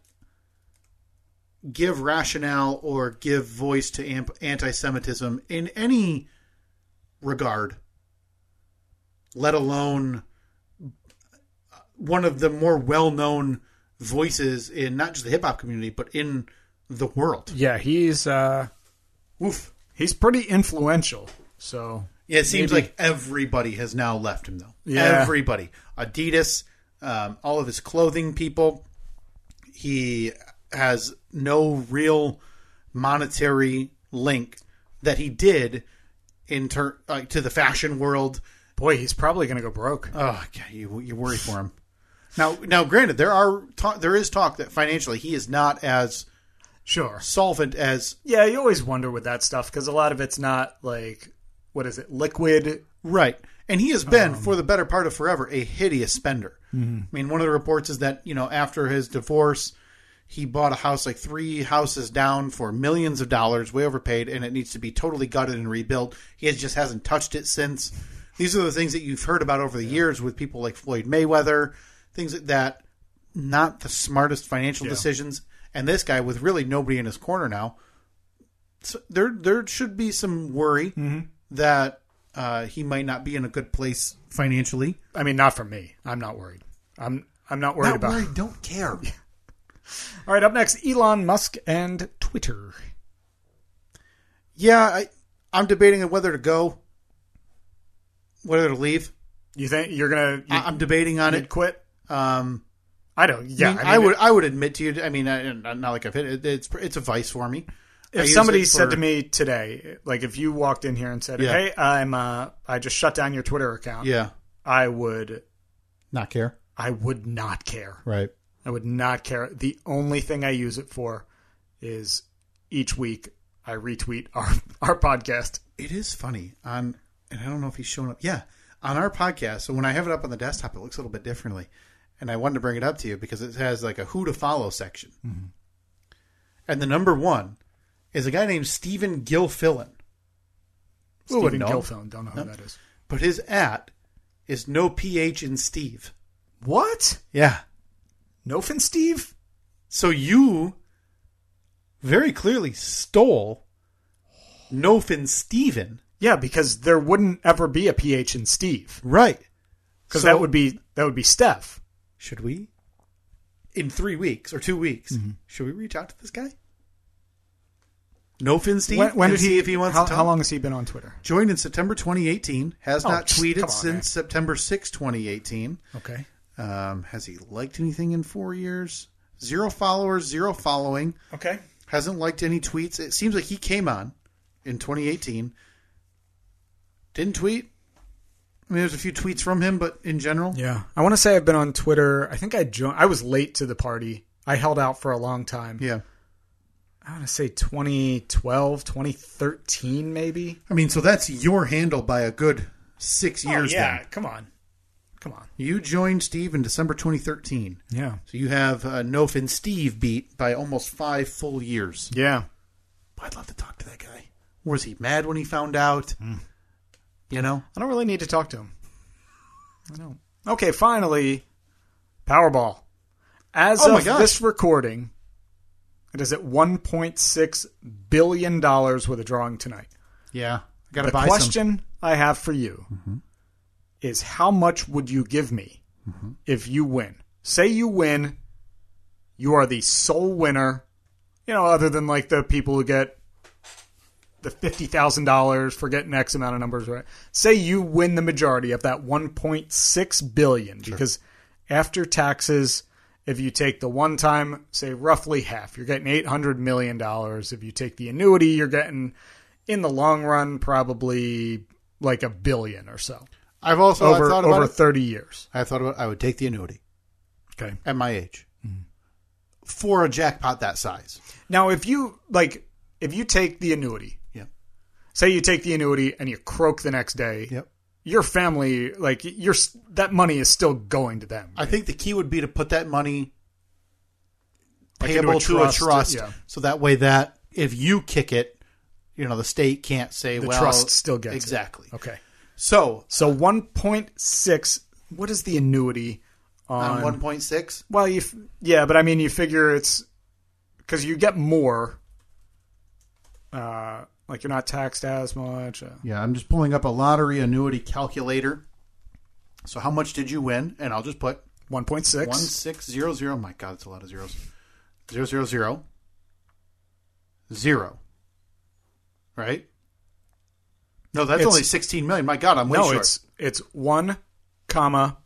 Speaker 5: give rationale or give voice to amp- anti-Semitism in any regard, let alone one of the more well-known voices in not just the hip hop community but in the world.
Speaker 4: Yeah, he's, uh,
Speaker 5: Oof.
Speaker 4: he's pretty influential. So,
Speaker 5: Yeah, it seems like everybody has now left him though.
Speaker 4: Yeah.
Speaker 5: Everybody, Adidas, um, all of his clothing people. He has no real monetary link that he did in turn uh, to the fashion world.
Speaker 4: boy, he's probably going to go broke.
Speaker 5: Oh, God, you you worry for him. Now, now, granted, there are talk, there is talk that financially he is not as
Speaker 4: Sure.
Speaker 5: solvent as
Speaker 4: Yeah, you always wonder with that stuff because a lot of it's not like, what is it, liquid?
Speaker 5: Right. And he has been, for the better part of forever, a hideous spender. I mean, one of the reports is that, you know, after his divorce, he bought a house like three houses down for millions of dollars, way overpaid, and it needs to be totally gutted and rebuilt. He has, just hasn't touched it since. These are the things that you've heard about over the years with people like Floyd Mayweather, things like that not the smartest financial decisions. And this guy with really nobody in his corner now, so there there should be some worry that uh, he might not be in a good place financially.
Speaker 4: I mean, not for me. I'm not worried. I'm I'm not worried
Speaker 5: Not
Speaker 4: about.
Speaker 5: worried, don't care.
Speaker 4: All right, up next, Elon Musk and Twitter.
Speaker 5: yeah, I, I'm debating on whether to go, whether to leave.
Speaker 4: You think you're gonna you,
Speaker 5: I, am debating on
Speaker 4: you'd
Speaker 5: it.
Speaker 4: quit?
Speaker 5: Um,
Speaker 4: I don't. Yeah,
Speaker 5: I, mean, Mm, I, would I would admit to you. I mean, I, not like I've hit it. It's it's a vice for me. I
Speaker 4: If
Speaker 5: use
Speaker 4: somebody
Speaker 5: it
Speaker 4: said
Speaker 5: for-
Speaker 4: to me today, like if you walked in here and said,
Speaker 5: Yeah.
Speaker 4: "Hey, I'm uh, I just shut down your Twitter account,"
Speaker 5: yeah,
Speaker 4: I would
Speaker 5: Uh, not care.
Speaker 4: I would not care.
Speaker 5: Right.
Speaker 4: I would not care. The only thing I use it for is each week I retweet our our podcast.
Speaker 5: it is funny on and i don't know if he's showing up yeah on our podcast so when i have it up on the desktop it looks a little bit differently and i wanted to bring it up to you because it has like a who to follow section and the number one is a guy named stephen gilfillan Who would
Speaker 4: Stephen
Speaker 5: know?
Speaker 4: Gilfillan, don't know who that is.
Speaker 5: but his at is no ph in steve
Speaker 4: What?
Speaker 5: yeah
Speaker 4: Nofin Steve?
Speaker 5: so you very clearly stole nofin steven
Speaker 4: Yeah, because there wouldn't ever be a PH in Steve
Speaker 5: right
Speaker 4: because
Speaker 5: So-
Speaker 4: that would be that would be Steph.
Speaker 5: should we in three weeks or two weeks
Speaker 4: Mm-hmm.
Speaker 5: should we reach out to this guy no fin steve
Speaker 4: when when
Speaker 5: and
Speaker 4: did he?
Speaker 5: see if he wants
Speaker 4: how,
Speaker 5: to talk?
Speaker 4: how long has he been on Twitter?
Speaker 5: joined in september 2018 has
Speaker 4: Oh,
Speaker 5: not
Speaker 4: just-
Speaker 5: tweeted
Speaker 4: come on,
Speaker 5: since
Speaker 4: man.
Speaker 5: september 6 2018
Speaker 4: Okay.
Speaker 5: um, has he liked anything in four years zero followers zero following
Speaker 4: Okay.
Speaker 5: hasn't liked any tweets it seems like he came on in 2018 didn't tweet i mean there's a few tweets from him but in general
Speaker 4: Yeah, I want to say I've been on Twitter. I think I joined. I was late to the party. I held out for a long time.
Speaker 5: yeah
Speaker 4: I want to say 2012, 2013, maybe.
Speaker 5: I mean, so that's your handle by a good six years. Then
Speaker 4: Oh, come on, come on.
Speaker 5: you joined Steve in December 2013,
Speaker 4: Yeah,
Speaker 5: so you have uh, Nof and Steve beat by almost five full years.
Speaker 4: yeah.
Speaker 5: I'd love to talk to that guy. Was he mad when he found out? You know,
Speaker 4: I don't really need to talk to him. I don't. Okay, finally, Powerball. As
Speaker 5: Oh my
Speaker 4: of
Speaker 5: gosh.
Speaker 4: this recording, it is at 1.6 billion dollars with a drawing tonight.
Speaker 5: yeah. Got
Speaker 4: The
Speaker 5: to buy some. Mm-hmm.
Speaker 4: question I have for you is how much would you give me
Speaker 5: Mm-hmm.
Speaker 4: if you win? Say you win, you are the sole winner, you know, other than like the people who get the $50,000 for getting X amount of numbers right. Say you win the majority of that 1.6 billion because after taxes if you take the one time say roughly half you're getting 800 million dollars if you take the annuity you're getting in the long run probably like a billion or so
Speaker 5: I've also I've
Speaker 4: over
Speaker 5: thought
Speaker 4: over
Speaker 5: about. it.
Speaker 4: 30 years
Speaker 5: I thought about. I would take the annuity
Speaker 4: okay
Speaker 5: at my age for a jackpot that size.
Speaker 4: now if you like if you take the annuity
Speaker 5: Yeah.
Speaker 4: say you take the annuity and you croak the next day your family like your that money is still going to them
Speaker 5: I think the key would be to put that money
Speaker 4: Like
Speaker 5: payable
Speaker 4: into
Speaker 5: to a trust,
Speaker 4: yeah.
Speaker 5: so that way that if you kick it, you know the state can't say
Speaker 4: The
Speaker 5: well
Speaker 4: trust still gets it.
Speaker 5: exactly.
Speaker 4: okay
Speaker 5: So
Speaker 4: so 1.6 what is the annuity
Speaker 5: on Um, one point six,
Speaker 4: Well, you f- yeah, but I mean, you figure it's because you get more. Uh, like you're not taxed as much. Uh,
Speaker 5: yeah, I'm just pulling up a lottery annuity calculator. So how much did you win? And I'll just put
Speaker 4: One point six.
Speaker 5: one six zero zero. My God, it's a lot of zeros. Zero zero zero zero. Right. No, that's
Speaker 4: It's-
Speaker 5: only sixteen million. My God, I'm way
Speaker 4: no,
Speaker 5: short.
Speaker 4: it's it's one, comma.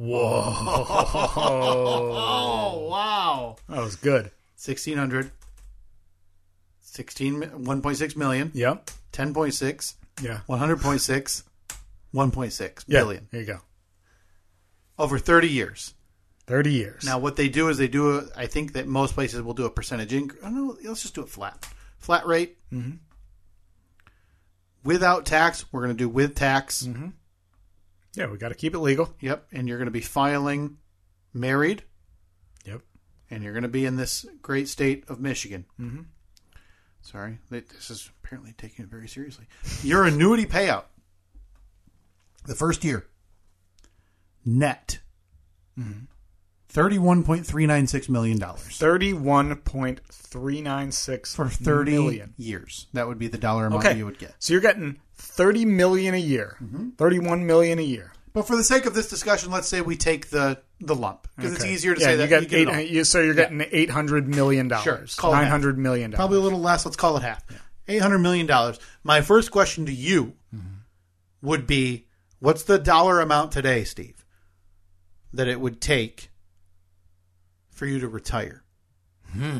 Speaker 5: oh wow.
Speaker 4: That was good.
Speaker 5: 1600 16 mi- 1.6 million
Speaker 4: Yep.
Speaker 5: 10.6
Speaker 4: Yeah.
Speaker 5: 100.6 1.6
Speaker 4: Yeah.
Speaker 5: billion
Speaker 4: There you go.
Speaker 5: over 30 years
Speaker 4: Thirty years.
Speaker 5: now what they do is they do a, i think that most places will do a percentage increase oh, no, let's just do it flat flat rate mm-hmm. without tax we're going to do with tax
Speaker 4: yeah, we got to keep it legal.
Speaker 5: yep and you're going to be filing married
Speaker 4: Yep.
Speaker 5: and you're going to be in this great state of Michigan. Mm-hmm. Sorry, th- this is apparently taking it very seriously. Your annuity payout the first year net mm-hmm, $31.396 million dollars
Speaker 4: Thirty-one point three nine six
Speaker 5: for 30 years. That would be the dollar amount
Speaker 4: Okay,
Speaker 5: you would get. Mm-hmm.
Speaker 4: So you're getting thirty million a year, thirty-one million a year.
Speaker 5: But for the sake of this discussion, let's say we take the, the lump because it's
Speaker 4: Okay.
Speaker 5: easier to
Speaker 4: Yeah,
Speaker 5: say
Speaker 4: you
Speaker 5: that.
Speaker 4: got
Speaker 5: you get it
Speaker 4: eight-
Speaker 5: all.
Speaker 4: you- so you're getting eight hundred million dollars,
Speaker 5: call it half.
Speaker 4: nine hundred million dollars.
Speaker 5: probably a little less. Let's call it half. Eight hundred million dollars. My first question to you would be, what's the dollar amount today, Steve, that it would take for you to retire? Hmm.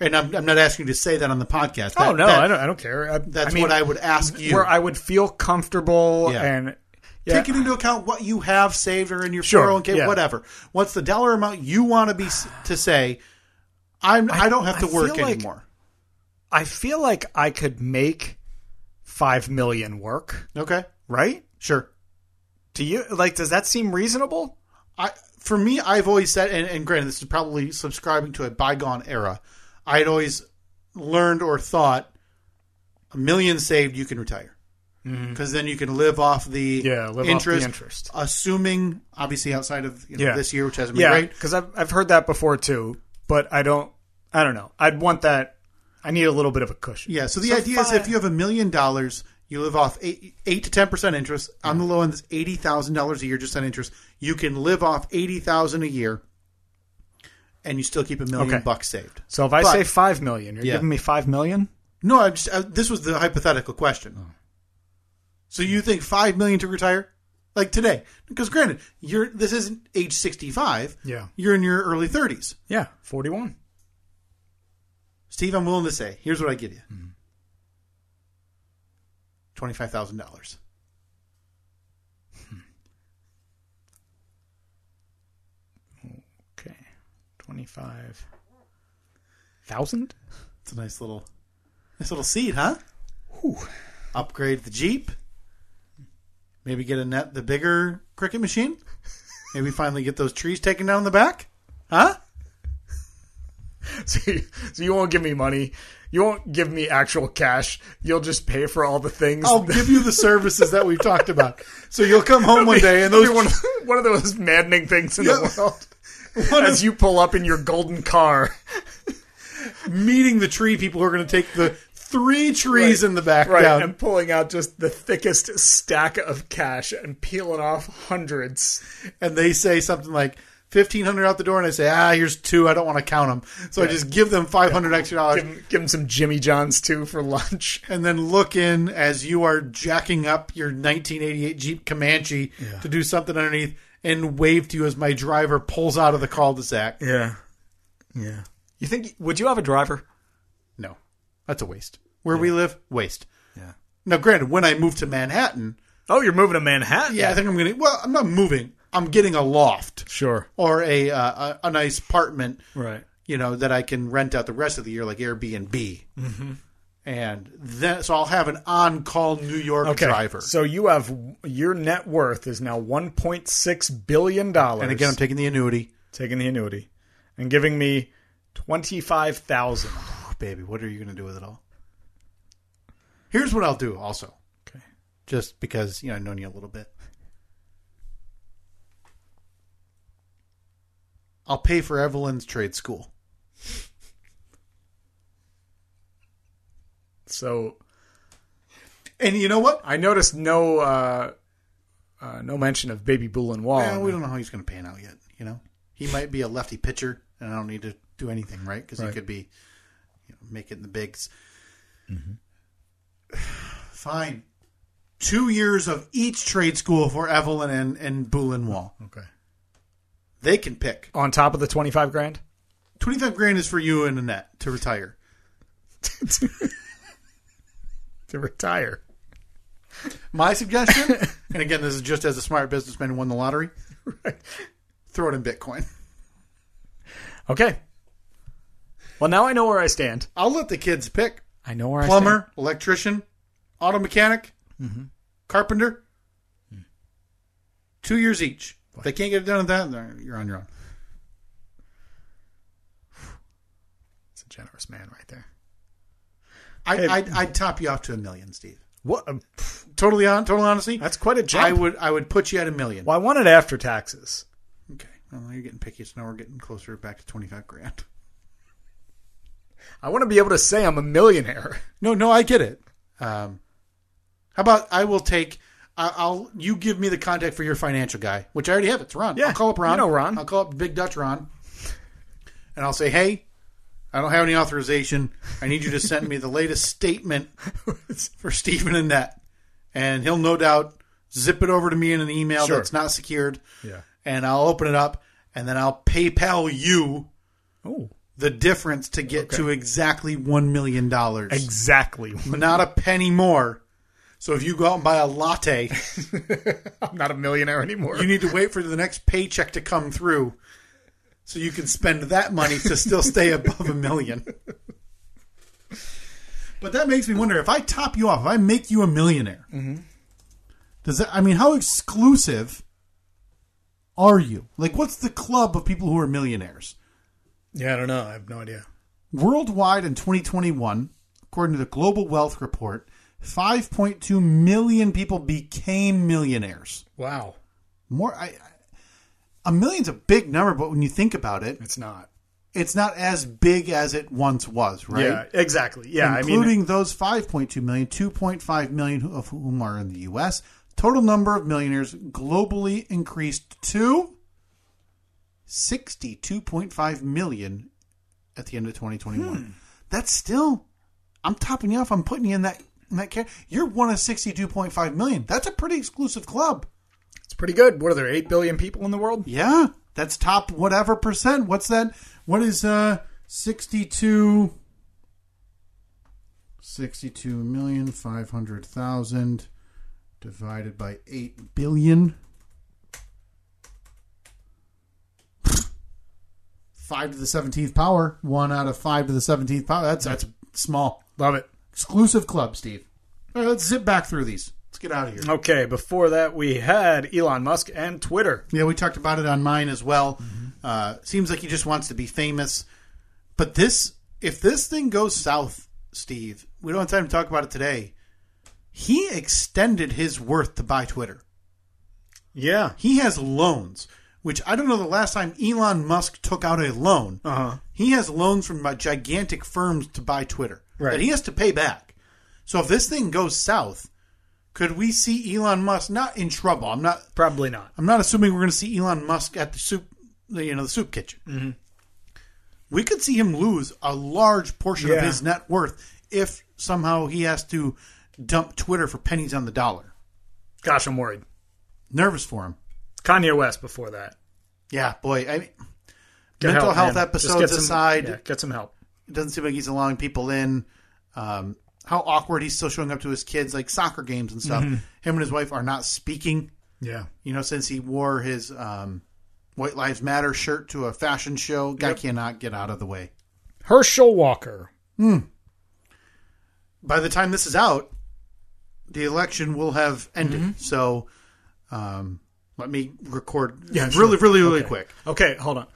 Speaker 5: And I'm, I'm not asking you to say that on the podcast.
Speaker 4: Oh
Speaker 5: That-
Speaker 4: no,
Speaker 5: that-
Speaker 4: I don't. I don't care. I,
Speaker 5: That's
Speaker 4: I mean,
Speaker 5: what I would ask you.
Speaker 4: Where I would feel comfortable
Speaker 5: Yeah.
Speaker 4: and yeah,
Speaker 5: Taking into account what you have saved or in your
Speaker 4: Sure,
Speaker 5: 401k,
Speaker 4: yeah.
Speaker 5: whatever. What's the dollar amount you want to be s- to say? I'm. I, don't have
Speaker 4: I
Speaker 5: to work
Speaker 4: feel like-
Speaker 5: anymore.
Speaker 4: I feel like I could make five million work.
Speaker 5: Okay.
Speaker 4: Right?
Speaker 5: Sure.
Speaker 4: To you, like, does that seem reasonable?
Speaker 5: I for me, I've always said, and, and granted, this is probably subscribing to a bygone era. I'd always learned or thought a million saved, you can retire because then you can live off the
Speaker 4: Mm-hmm. Yeah, live off the
Speaker 5: interest,
Speaker 4: interest.
Speaker 5: assuming obviously outside of you know,
Speaker 4: Yeah.
Speaker 5: this year, which hasn't been
Speaker 4: Yeah,
Speaker 5: great.
Speaker 4: because I've I've heard that before too, but I don't. I don't know. I'd want that. I need a little bit of a cushion.
Speaker 5: Yeah. So the idea is,
Speaker 4: five-
Speaker 5: if you have a million dollars, you live off eight, eight to ten percent interest. On the low end, that's eighty thousand dollars a year just on interest. You can live off eighty thousand a year, and you still keep a million
Speaker 4: Okay.
Speaker 5: bucks saved.
Speaker 4: So if I
Speaker 5: But-
Speaker 4: say five million, you're
Speaker 5: Yeah.
Speaker 4: giving me five million.
Speaker 5: No, I just I, this was the hypothetical question. So you think five million to retire, like today? Because granted, you're this isn't age sixty five.
Speaker 4: Yeah.
Speaker 5: you're in your early thirties.
Speaker 4: Yeah, forty-one.
Speaker 5: Steve, I'm willing to say, here's what I give you: twenty five thousand dollars.
Speaker 4: Okay, twenty-five thousand.
Speaker 5: It's a nice little, nice little seat, huh? Upgrade the Jeep. Maybe get a net the bigger cricket machine. Maybe finally get those trees taken down in the back, huh?
Speaker 4: So you, so you won't give me money. You won't give me actual cash. You'll just pay for all the things.
Speaker 5: I'll give you the services that we've talked about. So you'll come home one day and
Speaker 4: It'll be
Speaker 5: those
Speaker 4: one of, one of those maddening things in
Speaker 5: Yeah.
Speaker 4: the world.
Speaker 5: One
Speaker 4: As you pull up in your golden car,
Speaker 5: meeting the tree people who are going to take the three trees in the back
Speaker 4: right,
Speaker 5: down.
Speaker 4: and pulling out just the thickest stack of cash and peeling off hundreds.
Speaker 5: and they say something like 1500 out the door and I say, "Ah, here's two. I don't want to count them." So I just give them 500 extra dollars
Speaker 4: Give him, give him some Jimmy John's too for lunch.
Speaker 5: and then look in as you are jacking up your 1988 Jeep Comanche to do something underneath and wave to you as my driver pulls out of the cul-de-sac.
Speaker 4: Yeah, yeah. You think? Would you have a driver?
Speaker 5: No, that's a waste. Where we live, waste.
Speaker 4: Yeah.
Speaker 5: Now, granted, when I moved to Manhattan,
Speaker 4: Oh, you're moving to Manhattan.
Speaker 5: Yeah, I think I'm gonna. Well, I'm not moving. I'm getting a loft
Speaker 4: sure.
Speaker 5: or a uh, a, a nice apartment,
Speaker 4: Right.
Speaker 5: you know, that I can rent out the rest of the year, like Airbnb. Mm-hmm. And then, so I'll have an on-call New York
Speaker 4: Okay.
Speaker 5: driver.
Speaker 4: So you have your net worth is now 1.6 billion dollars.
Speaker 5: and again, I'm taking the annuity.
Speaker 4: taking the annuity and giving me 25,000.
Speaker 5: Oh, baby, what are you gonna do with it all? Here's what I'll do. Also,
Speaker 4: Okay.
Speaker 5: just because you know I've known you a little bit, I'll pay for Evelyn's trade school.
Speaker 4: So
Speaker 5: And you know what?
Speaker 4: I noticed no uh, uh, no mention of Baby Boolin Wall.
Speaker 5: Well, we don't know how he's going to pan out yet. You know, he might be a lefty pitcher, and I don't need to do anything, right? Because he could be you know, making the bigs. Fine. Two years of each trade school for Evelyn and and Wall.
Speaker 4: okay.
Speaker 5: They can pick.
Speaker 4: On top of the 25 grand?
Speaker 5: Twenty five grand is for you and Annette to retire.
Speaker 4: To retire.
Speaker 5: My suggestion, and again, this is just as a smart businessman who won the lottery. Throw it in Bitcoin.
Speaker 4: Okay. Well, now I know where I stand.
Speaker 5: I'll let the kids pick.
Speaker 4: I know where I stand.
Speaker 5: plumber, electrician, auto mechanic,
Speaker 4: Mm-hmm.
Speaker 5: carpenter.
Speaker 4: Hmm.
Speaker 5: uh, Two years each. If they can't get it done at that, then you're on your own.
Speaker 4: generous man right there.
Speaker 5: I, I'd, I'd top you off to a million, Steve.
Speaker 4: What? um, pff,
Speaker 5: Totally on, total honesty.
Speaker 4: That's quite a jump.
Speaker 5: I would, I would put you at a million.
Speaker 4: Well, I want it after taxes.
Speaker 5: Okay, well, you're getting picky. So now we're getting closer back to twenty-five grand.
Speaker 4: I want to be able to say I'm a millionaire.
Speaker 5: No, no, I get it. Um, how about I will take. I- I'll you give me the contact for your financial guy, which I already have. It's Ron.
Speaker 4: Yeah,
Speaker 5: I'll call up Ron.
Speaker 4: you know Ron.
Speaker 5: I'll call up Big Dutch Ron, and I'll say, "Hey, I don't have any authorization. I need you to send me the latest statement for Stephen and Annette, and he'll no doubt zip it over to me in an email
Speaker 4: Sure.
Speaker 5: that's not secured.
Speaker 4: Yeah.
Speaker 5: and I'll open it up, and then I'll PayPal you
Speaker 4: Oh,
Speaker 5: the difference to get to exactly one million dollars
Speaker 4: exactly.
Speaker 5: but not a penny more. So if you go out and buy a latte,
Speaker 4: I'm not a millionaire anymore.
Speaker 5: you need to wait for the next paycheck to come through so you can spend that money to still stay above a million. But that makes me wonder if I top you off, if I make you a millionaire, does that, I mean, how exclusive are you? Like, what's the club of people who are millionaires?
Speaker 4: yeah, I don't know. I have no idea.
Speaker 5: Worldwide in 2021, according to the Global Wealth Report, 5.2 million people became millionaires.
Speaker 4: Wow,
Speaker 5: More, I, I, a million's a big number, but when you think about it,
Speaker 4: it's not.
Speaker 5: it's not as big as it once was, right?
Speaker 4: Yeah, exactly. Yeah, I mean,
Speaker 5: Including those 5.2 million, 2.5 million who- of whom are in the U.S. Total number of millionaires globally increased to 62.5 million at the end of 2021.
Speaker 4: Hmm.
Speaker 5: That's still, I'm topping you off. I'm putting you in that in that care. You're one of 62.5 million. That's a pretty exclusive club.
Speaker 4: it's pretty good. What are there? Eight billion people in the world.
Speaker 5: Yeah, that's top whatever percent. What's that? What is uh 62 62,500,000 divided by 8 billion? 5 to the 17th power, 1 out of 5 to the 17th power. That's that's small.
Speaker 4: Love it.
Speaker 5: Exclusive club, Steve. All right, let's zip back through these. Let's get out of here.
Speaker 4: Okay, before that we had Elon Musk and Twitter.
Speaker 5: Yeah, we talked about it on mine as well. Uh, seems like he just wants to be famous. But this, if this thing goes south, Steve, we don't have time to talk about it today. He extended his worth to buy Twitter.
Speaker 4: Yeah.
Speaker 5: He has loans, which I don't know the last time Elon Musk took out a loan.
Speaker 4: Uh huh.
Speaker 5: He has loans from uh, gigantic firms to buy Twitter
Speaker 4: Right.
Speaker 5: that he has to pay back. So if this thing goes south, could we see Elon Musk not in trouble? I'm not
Speaker 4: Probably not.
Speaker 5: I'm not assuming we're going to see Elon Musk at the soup, the, you know, the soup kitchen. Mm-hmm. We could see him lose a large portion of
Speaker 4: Yeah.
Speaker 5: his net worth if somehow he has to dump Twitter for pennies on the dollar.
Speaker 4: Gosh, I'm worried.
Speaker 5: Nervous for him.
Speaker 4: Kanye West before that.
Speaker 5: Yeah, boy. I mean,
Speaker 4: Get
Speaker 5: mental
Speaker 4: help,
Speaker 5: health
Speaker 4: man. Just get
Speaker 5: episodes
Speaker 4: some-
Speaker 5: aside,
Speaker 4: yeah, get some help.
Speaker 5: it doesn't seem like he's allowing people in. Um, how awkward he's still showing up to his kids, like soccer games and stuff. Him and his wife are not speaking.
Speaker 4: Yeah.
Speaker 5: you know, since he wore his um, White Lives Matter shirt to a fashion show. Guy cannot get out of the way.
Speaker 4: Herschel Walker.
Speaker 5: By the time this is out, the election will have ended. So um, let me record
Speaker 4: Yeah,
Speaker 5: really,
Speaker 4: sure.
Speaker 5: really, really quick.
Speaker 4: Okay, hold on.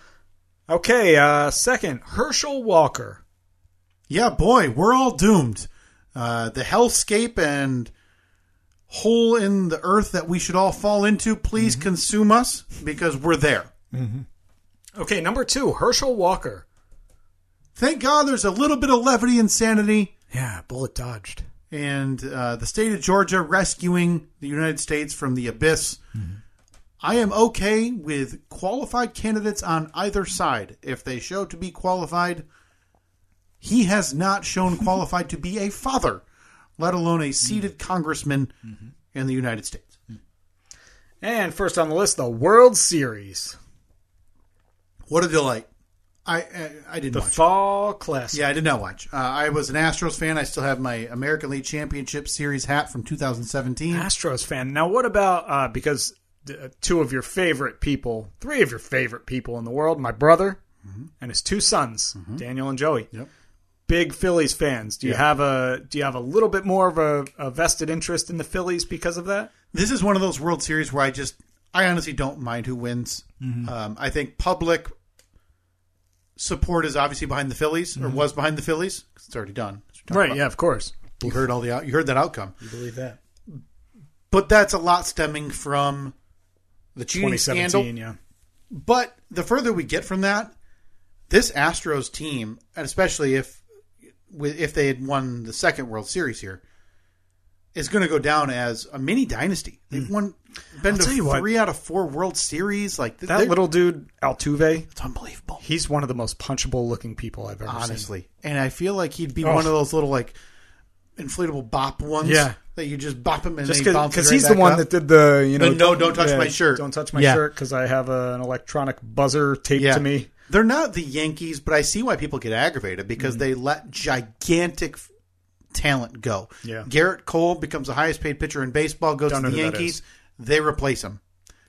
Speaker 4: Okay, uh second, Herschel Walker.
Speaker 5: Yeah, boy, we're all doomed. Uh, the hellscape and hole in the earth that we should all fall into, please consume us because we're there.
Speaker 4: Okay, number 2, Herschel Walker.
Speaker 5: Thank God there's a little bit of levity and sanity
Speaker 4: Yeah, bullet dodged.
Speaker 5: and uh, the state of Georgia rescuing the United States from the abyss. I am okay with qualified candidates on either side if they show to be qualified. He has not shown qualified to be a father, let alone a seated
Speaker 4: Mm-hmm.
Speaker 5: congressman in the United States.
Speaker 4: And first on the list, the World Series.
Speaker 5: What a delight! I I, I didn't
Speaker 4: The
Speaker 5: watch.
Speaker 4: Fall Classic.
Speaker 5: yeah, I did not watch. Uh, I was an Astros fan. I still have my American League Championship Series hat from 2017.
Speaker 4: Astros fan. Now, what about uh, because uh, two of your favorite people, three of your favorite people in the world, my brother and his two sons, Daniel and Joey.
Speaker 5: Mm-hmm. Yep.
Speaker 4: Big Phillies fans. Do you have a do you have a little bit more of a, a vested interest in the Phillies because of that?
Speaker 5: this is one of those World Series where I just I honestly don't mind who wins. Um, I think public support is obviously behind the Phillies, or was behind the Phillies. 'cause It's already done.
Speaker 4: Right. Yeah. Of course.
Speaker 5: You heard all the out, you heard that outcome,
Speaker 7: Believe that.
Speaker 5: but that's a lot stemming from the cheating scandal.
Speaker 4: 2017. Yeah.
Speaker 5: But the further we get from that, this Astros team, and especially if with- if they had won the second World Series here, is going to go down as a mini dynasty. They've won been
Speaker 4: Hmm. tell you
Speaker 5: to
Speaker 4: what.
Speaker 5: three out of four World Series. Like th-
Speaker 4: That
Speaker 5: they're-
Speaker 4: little dude Altuve.
Speaker 5: it's unbelievable.
Speaker 4: He's one of the most punchable looking people I've ever seen.
Speaker 5: honestly. And I feel like he'd be
Speaker 4: Oh.
Speaker 5: one of those little like inflatable bop ones.
Speaker 4: Yeah.
Speaker 5: that you just bop him and
Speaker 4: Just
Speaker 5: then he bounces
Speaker 4: because
Speaker 5: right
Speaker 4: he's the
Speaker 5: back
Speaker 4: one
Speaker 5: up.
Speaker 4: that did the you know
Speaker 5: The no, don't touch my shirt.
Speaker 4: don't touch my
Speaker 5: Yeah.
Speaker 4: shirt because I have a, an electronic buzzer taped
Speaker 5: Yeah.
Speaker 4: to me.
Speaker 5: They're not the Yankees, but I see why people get aggravated
Speaker 4: Mm-hmm.
Speaker 5: because they let gigantic f- talent go.
Speaker 4: Yeah.
Speaker 5: Garrett Cole becomes the highest paid pitcher in baseball, goes
Speaker 4: Don't
Speaker 5: to
Speaker 4: know
Speaker 5: the
Speaker 4: who that
Speaker 5: Yankees. They replace him.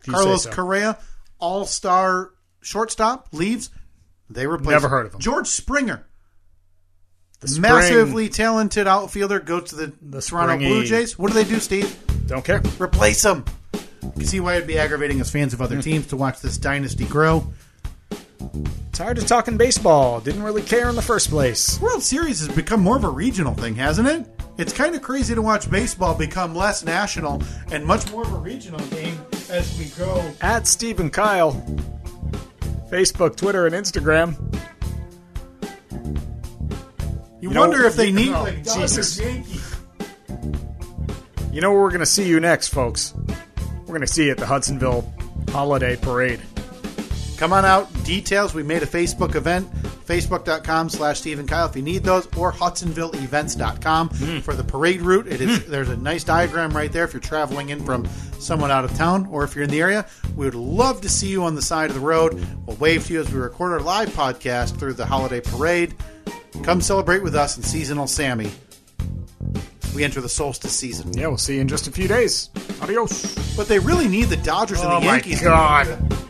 Speaker 4: you
Speaker 5: Carlos
Speaker 4: say so.
Speaker 5: Correa, all star shortstop, leaves. They replace
Speaker 4: Never
Speaker 5: him.
Speaker 4: heard of him.
Speaker 5: George Springer,
Speaker 4: The spring-
Speaker 5: massively talented outfielder, goes to the, Toronto
Speaker 4: springy-
Speaker 5: Blue Jays. What do they do, Steve?
Speaker 4: don't care.
Speaker 5: Replace him. You can see why it'd be aggravating as fans of
Speaker 4: Hmm.
Speaker 5: other teams to watch this dynasty grow.
Speaker 4: Tired of talking baseball. Didn't really care in the first place.
Speaker 5: World Series has become more of a regional thing, hasn't it? It's kind of crazy to watch baseball become less national and much more of a regional game as we go.
Speaker 4: At Steve and Kyle, Facebook, Twitter, and Instagram.
Speaker 5: You,
Speaker 4: You know,
Speaker 5: wonder if they
Speaker 4: you-
Speaker 5: need
Speaker 4: oh,
Speaker 5: like
Speaker 4: Jesus.
Speaker 5: Jesus Yankees.
Speaker 4: You know where we're gonna see you next, folks. We're gonna see you at the Hudsonville Holiday Parade.
Speaker 5: Come on out. Details. We made a Facebook event. Facebook.com slash Steve and Kyle if you need those, or HudsonvilleEvents.com
Speaker 4: Mm.
Speaker 5: for the parade route. It is there's a nice diagram right there if you're traveling in from someone out of town or if you're in the area. We would love to see you on the side of the road. We'll wave to you as we record our live podcast through the holiday parade. Come celebrate with us in seasonal Sammy. We enter the solstice season.
Speaker 4: Yeah, we'll see you in just a few days. Adios.
Speaker 5: But they really need the Dodgers and
Speaker 4: Oh
Speaker 5: the
Speaker 4: my
Speaker 5: Yankees.
Speaker 4: God.